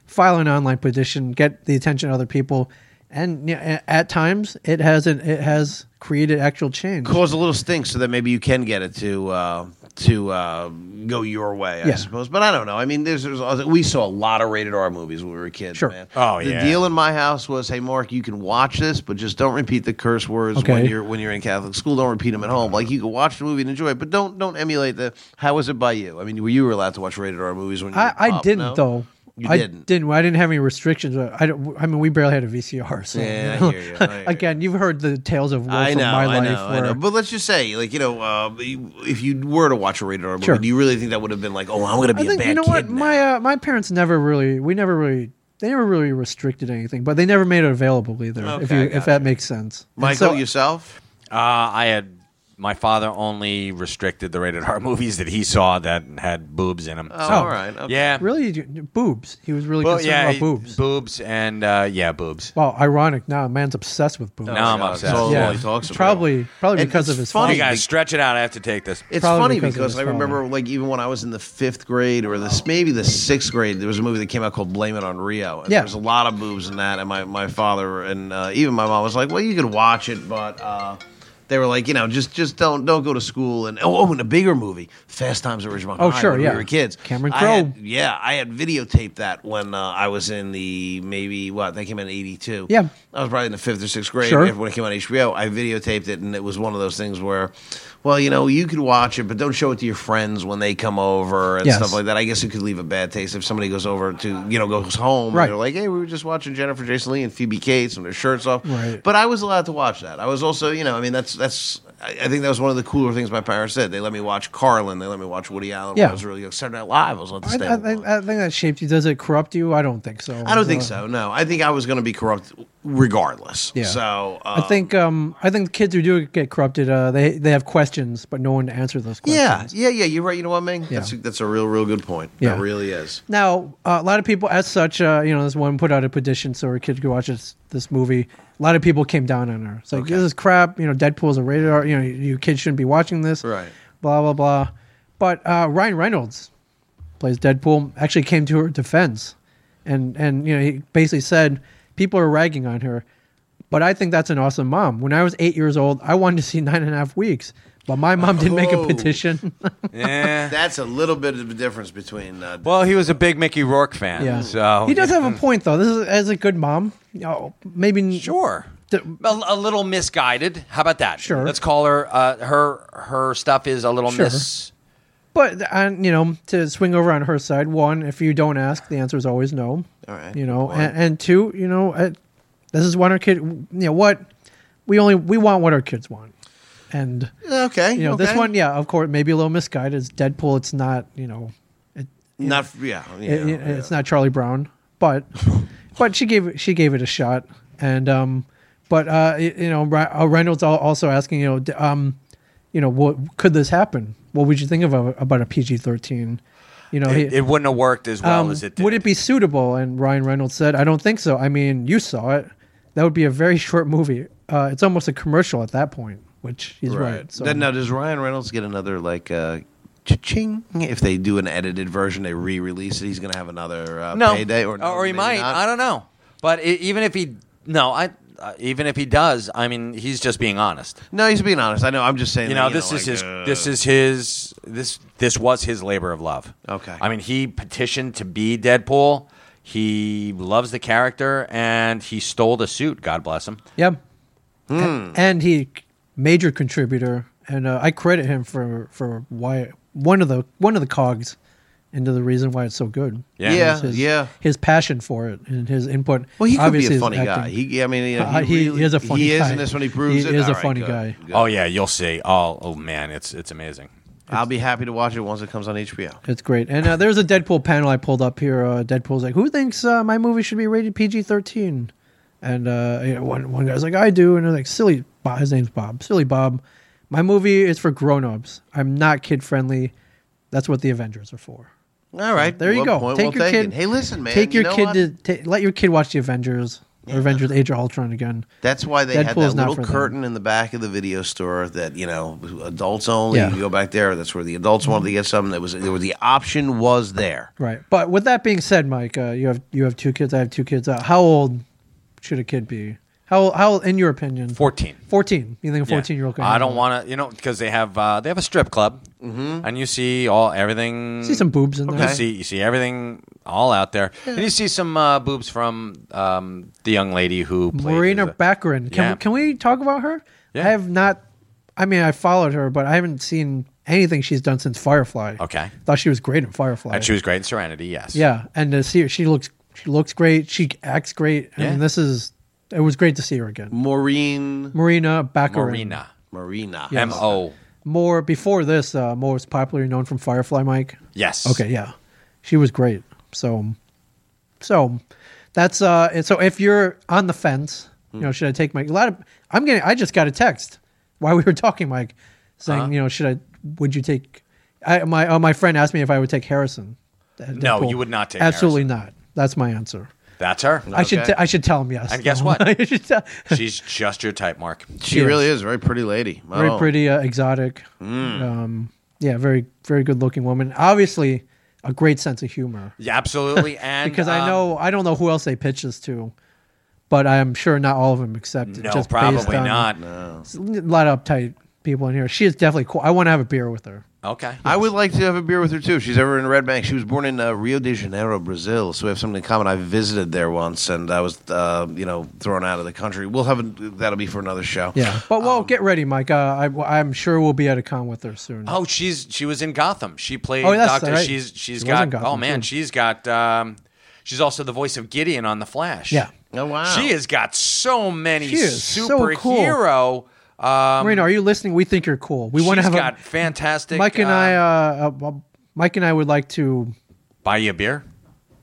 file an online petition, get the attention of other people, and you know, a- at times it has an, it has created actual change. Cause a little stink so that maybe you can get it to uh, to uh, go your way, I Yeah. suppose. But I don't know. I mean, there's, there's other- we saw a lot of rated R movies when we were kids, Sure. man. Oh The yeah. deal in my house was, hey Mark, you can watch this, but just don't repeat the curse words when Okay. you're when you're in Catholic school. Don't repeat them at home. Like you can watch the movie and enjoy it, but don't don't emulate the. How was it by you? I mean, were you allowed to watch rated R movies when you I, were I up? didn't Um, No? though. You I didn't. I didn't have any restrictions. I, don't, I mean, we barely had a VCR. So Yeah, I hear you. I hear you. again, you've heard the tales of woe I from know, my I life. know, I where- know. But let's just say, like you know, uh, if you were to watch a rated R movie, Sure. do you really think that would have been like, oh, I'm going to be I think a bad you know kid? what my uh, my parents never really we never really they never really restricted anything, but they never made it available either. if Okay, you if that makes sense, And Michael, so- yourself? Uh, I had my father only restricted the rated R movies that he saw that had boobs in them. Yeah. Really, You- you- boobs. He was really Well, concerned yeah, about boobs. boobs and uh, yeah, boobs. Wow, ironic. Now, man's obsessed with boobs. No, I'm obsessed. Yeah. probably probably because of his Hey father. guys, stretch it out. I have to take this. It's funny because, I remember, like, even when I was in the fifth grade or this maybe the sixth grade, there was a movie that came out called Blame It on Rio. And Yeah. There was a lot of boobs in that. And my, my father and uh, even my mom was like, well, you could watch it, but. Uh, they were like, you know, just just don't don't go to school and oh, oh and a bigger movie, Fast Times at Ridgemont Oh, High. sure, when yeah. we were kids. Cameron I Crowe. had- yeah, I had videotaped that when uh, I was in the maybe what that came out in eighty two. Yeah. I was probably in the fifth or sixth grade Sure. when it came on HBO. I videotaped it, and it was one of those things where, well, you know, you could watch it, but don't show it to your friends when they come over and Yes. stuff like that. I guess it could leave a bad taste if somebody goes over to you know goes home. Right. And they're like, hey, we were just watching Jennifer Jason Lee and Phoebe Cates and their shirts off. Right. But I was allowed to watch that. I was also, you know, I mean, that's that's. I I think that was one of the cooler things my parents said. They let me watch Carlin. They let me watch Woody Allen when Yeah. I was really young. Saturday Night Live. I was allowed to I, stay. I, think, I think that shaped you. Does it corrupt you? I don't think so. I don't think Uh, so. No, I think I was going to be corrupt regardless. Yeah. So I think um, I think kids who do get corrupted, uh, they they have questions, but no one to answer those questions. Yeah, yeah, yeah. You're right. You know what, Ming? That's that's a real, real good point. Yeah. It really is. Now, uh, a lot of people, as such, uh, you know, this woman put out a petition so her kid could watch this, this movie. A lot of people came down on her. It's like, this is crap. You know, Deadpool's a rated R. You know, you kids shouldn't be watching this. Right. Blah, blah, blah. But uh, Ryan Reynolds plays Deadpool, actually came to her defense. And, and, you know, he basically said, people are ragging on her. But I think that's an awesome mom. When I was eight years old, I wanted to see nine and a half weeks. But my mom didn't make a Oh. petition. Yeah. That's a little bit of a difference between. Uh, Well, he was a big Mickey Rourke fan. Yeah. So he does have a point though. This is as a good mom. Oh, maybe sure. a, a little misguided. How about that? Sure. Let's call her. Uh, her her stuff is a little Sure. mis. But and you know, to swing over on her side, one, if you don't ask, the answer is always no. All right. You know, and, and two, you know, uh this is what our kid. You know what? We only we want what our kids want. And Okay. you know, this okay. one, yeah, of course, maybe a little misguided. It's Deadpool. It's not, you know, Not yeah. yeah, It- it- it's not Charlie Brown, but but she gave it- she gave it a shot, and um, but uh, y- you know, Ry- uh, Reynolds al- also asking, you know, d- um, you know, what could this happen? What would you think of a, about a PG thirteen? You know, It, he- it wouldn't have worked as well Oh, um, as it. would it be suitable? And Ryan Reynolds said, I don't think so. I mean, you saw it. That would be a very short movie. uh, it's almost a commercial at that point, which he's right. So uh, Then, now, does Ryan Reynolds get another like uh, cha-ching if they do an edited version? They re-release it. He's going to have another uh, no, payday, or or he maybe might. not? I don't know. But i even if he no, I uh, even if he does, I mean, he's just being honest. No, he's being honest. I know. I'm just saying. You that, know, this is like, his. uh, this is his. This this was his labor of love. Okay. I mean, he petitioned to be Deadpool. He loves the character, and he stole the suit. God bless him. Yep. Hmm. A- And he major contributor, and uh, I credit him for for why one of the one of the cogs into the reason why it's so good. Yeah. Yeah, It's His, yeah. His passion for it and his input. Well, he could Obviously, be a his funny guy. acting. He, I mean, you know, Uh, he, really- is a funny He guy. is in this when he proves he it. is a All right, funny good. guy. Oh yeah, you'll see. Oh oh man, it's it's amazing. I'll be happy to watch it once it comes on HBO. It's great. And uh, there's a Deadpool panel I pulled up here. Uh, Deadpool's like, "Who thinks uh, my movie should be rated PG-13?" And uh, you know, one one guy's like, "I do," and they're like, "Silly Bob." His name's Bob. Silly Bob. My movie is for grown-ups. I'm not kid-friendly. That's what the Avengers are for. All right, There you well go. point take well your taken. kid. Hey, listen, man. Take you your know kid what? to ta- let your kid watch the Avengers. or Avengers: Age of Ultron again. That's why they had that Deadpool's not little for them. curtain in the back of the video store that you know adults only. Yeah. You go back there. That's where the adults wanted to get something. That was there was the option was there. Right. But with that being said, Mike, uh, you have you have two kids. I have two kids. Uh, how old should a kid be? How how in your opinion? Fourteen. Fourteen. You think a Yeah. fourteen year old can? I don't handle want to, you know, because they have uh, they have a strip club, and you see all everything. See some boobs in there. You Okay. see you see everything all out there, and you see some uh, boobs from um, the young lady who it? played. Marina Baccarin. Can Yeah. we, can we talk about her? I have not. I mean, I followed her, but I haven't seen anything she's done since Firefly. Okay, Thought she was great in Firefly. and she was great in Serenity. Yes. Yeah, and to see her, she looks she looks great. She acts great. I Yeah. mean, this is it was great to see her again. Maureen Marina Baccarin. Marina. Marina. Yes. M O. More before this, uh, more was popularly known from Firefly Mike. Yes. Okay, yeah. She was great. So so that's uh and so if you're on the fence, you Hmm. know, should I take my a lot of I'm getting I just got a text while we were talking, Mike, saying, Huh? you know, should I would you take I my uh, my friend asked me if I would take Harrison. Uh, No, Deadpool. you would not take Absolutely not. That's my answer. That's her. I should t- I should tell him yes. And guess No. what? I should tell- She's just your type, Mark. She really is a very pretty lady. very Oh. Wow. pretty, uh, exotic. Mm. Um, yeah, very very good looking woman. Obviously, a great sense of humor. Yeah, absolutely. And because I um, know I don't know who else they pitched this to, but I'm sure not all of them accepted. No, just based probably on- not. s- A lot of uptight people in here. She is definitely cool. I want to have a beer with her. Okay. I would like to have a beer with her too. If she's ever in Red Bank, she was born in uh, Rio de Janeiro, Brazil. So we have something in common. I visited there once, and I was, uh, you know, thrown out of the country. We'll have a, that'll be for another show. Yeah, but well, Um, get ready, Mike. Uh, I, I'm sure we'll be at a con with her soon. Oh, she's she was in Gotham. She played Oh, that's Doctor. right. She's she's She was in got. Gotham, Oh man, too. she's got. Um, she's also the voice of Gideon on The Flash. Yeah. Oh wow. She has got so many She is so superhero. cool. Um, Marina, are you listening? We think you're cool. We want to she's have got a fantastic. Mike and uh, I. Uh, uh, uh, Mike and I would like to. buy you a beer.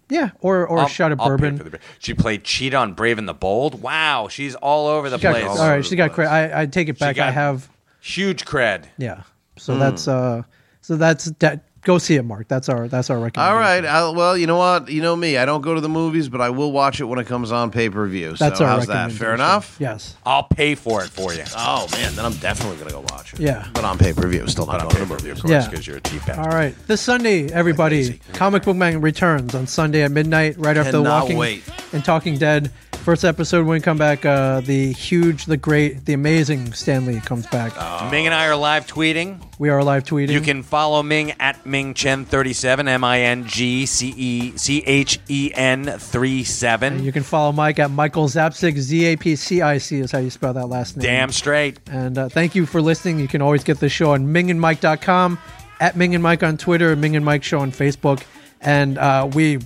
Yeah, or or I'll- a shot of I'll pay bourbon. for the beer. She played Cheetah on Brave and the Bold. Wow, she's all over the She got- place. all right, she got credit. I, I take it She back. I got have huge cred. yeah. So Hmm. that's uh, so that's that. Go see it, Mark. That's our that's our recommendation. All right. I'll, well, you know what? You know me. I don't go to the movies, but I will watch it when it comes on pay per view. That's so our how's that? Fair enough. Yes. I'll pay for it for you. Oh man, then I'm definitely gonna go watch it. Yeah. But on pay per view, still not on going to the pay-per-view, movies. of course, Yeah. because you're a cheap bastard. All right. This Sunday, everybody, Comic Book Man returns on Sunday at midnight, right after The Cannot Walking wait. and Talking Dead. First episode when we come back, uh, the huge, the great, the amazing Stanley comes back. Ming and I are live tweeting. We are live tweeting. Uh, You can follow Ming at Ming Chen 37, M I N G C E C H E N 37. You can follow Mike at Michael Zapsik, Z A P C I C is how you spell that last name. Damn straight. And uh, thank you for listening. You can always get the show on mingandmike.com, at Ming and Mike on Twitter, Ming and Mike Show on Facebook. And uh, we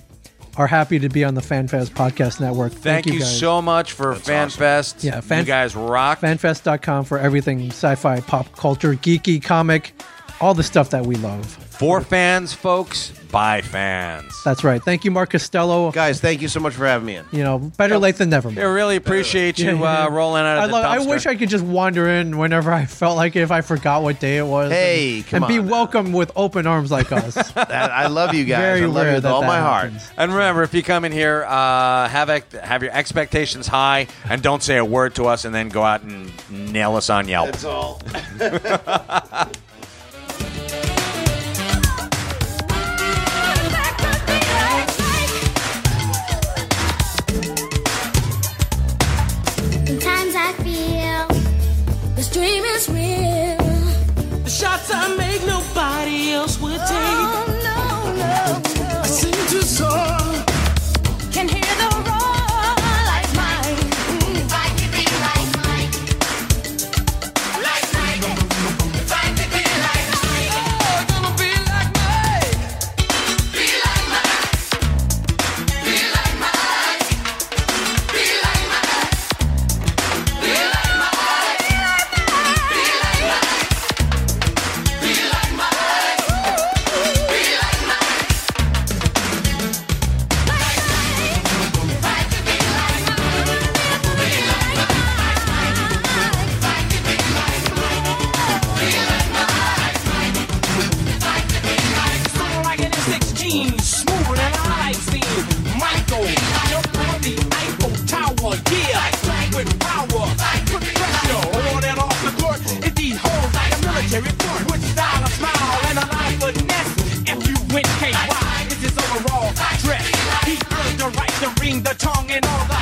are happy to be on the FanFest Podcast Network. Thank, you, guys. so much for FanFest. Yeah, fan- you guys rock. fanfest.com for everything sci fi, pop culture, geeky, comic, all the stuff that we love. For fans, folks, by fans. That's right. Thank you, Mark Costello. Guys, thank you so much for having me in. You know, better late than never. I really appreciate you uh, rolling out of I, the love- I dumpster. wish I could just wander in whenever I felt like it, if I forgot what day it was. Hey, and, come and be on welcomed with open arms like us. I love you guys. Very I love you rare with that all that my happens. heart. And remember, if you come in here, uh, have ex- have your expectations high, and don't say a word to us, and then go out and nail us on Yelp. That's all. Sometimes I feel this dream is real. The shots I make, nobody else would take. Oh, I seem to soar. Can hear the roar like mine. If I could be like mine. Like mine. If I could be like mine. Oh, gonna be like mine. Be like mine. Be like mine. Be like mine. Be like mine. Be like mine. Be like mine. Summer like an M16, smooth and I like steam. Michael, jump on the Eiffel Tower, yeah. I flag with power, put pressure on and off the court. It these hoes like a military court. With style, a smile, and a life of finesse. If you win, KY, it's his overall dress. He earned the right to ring the tongue and all the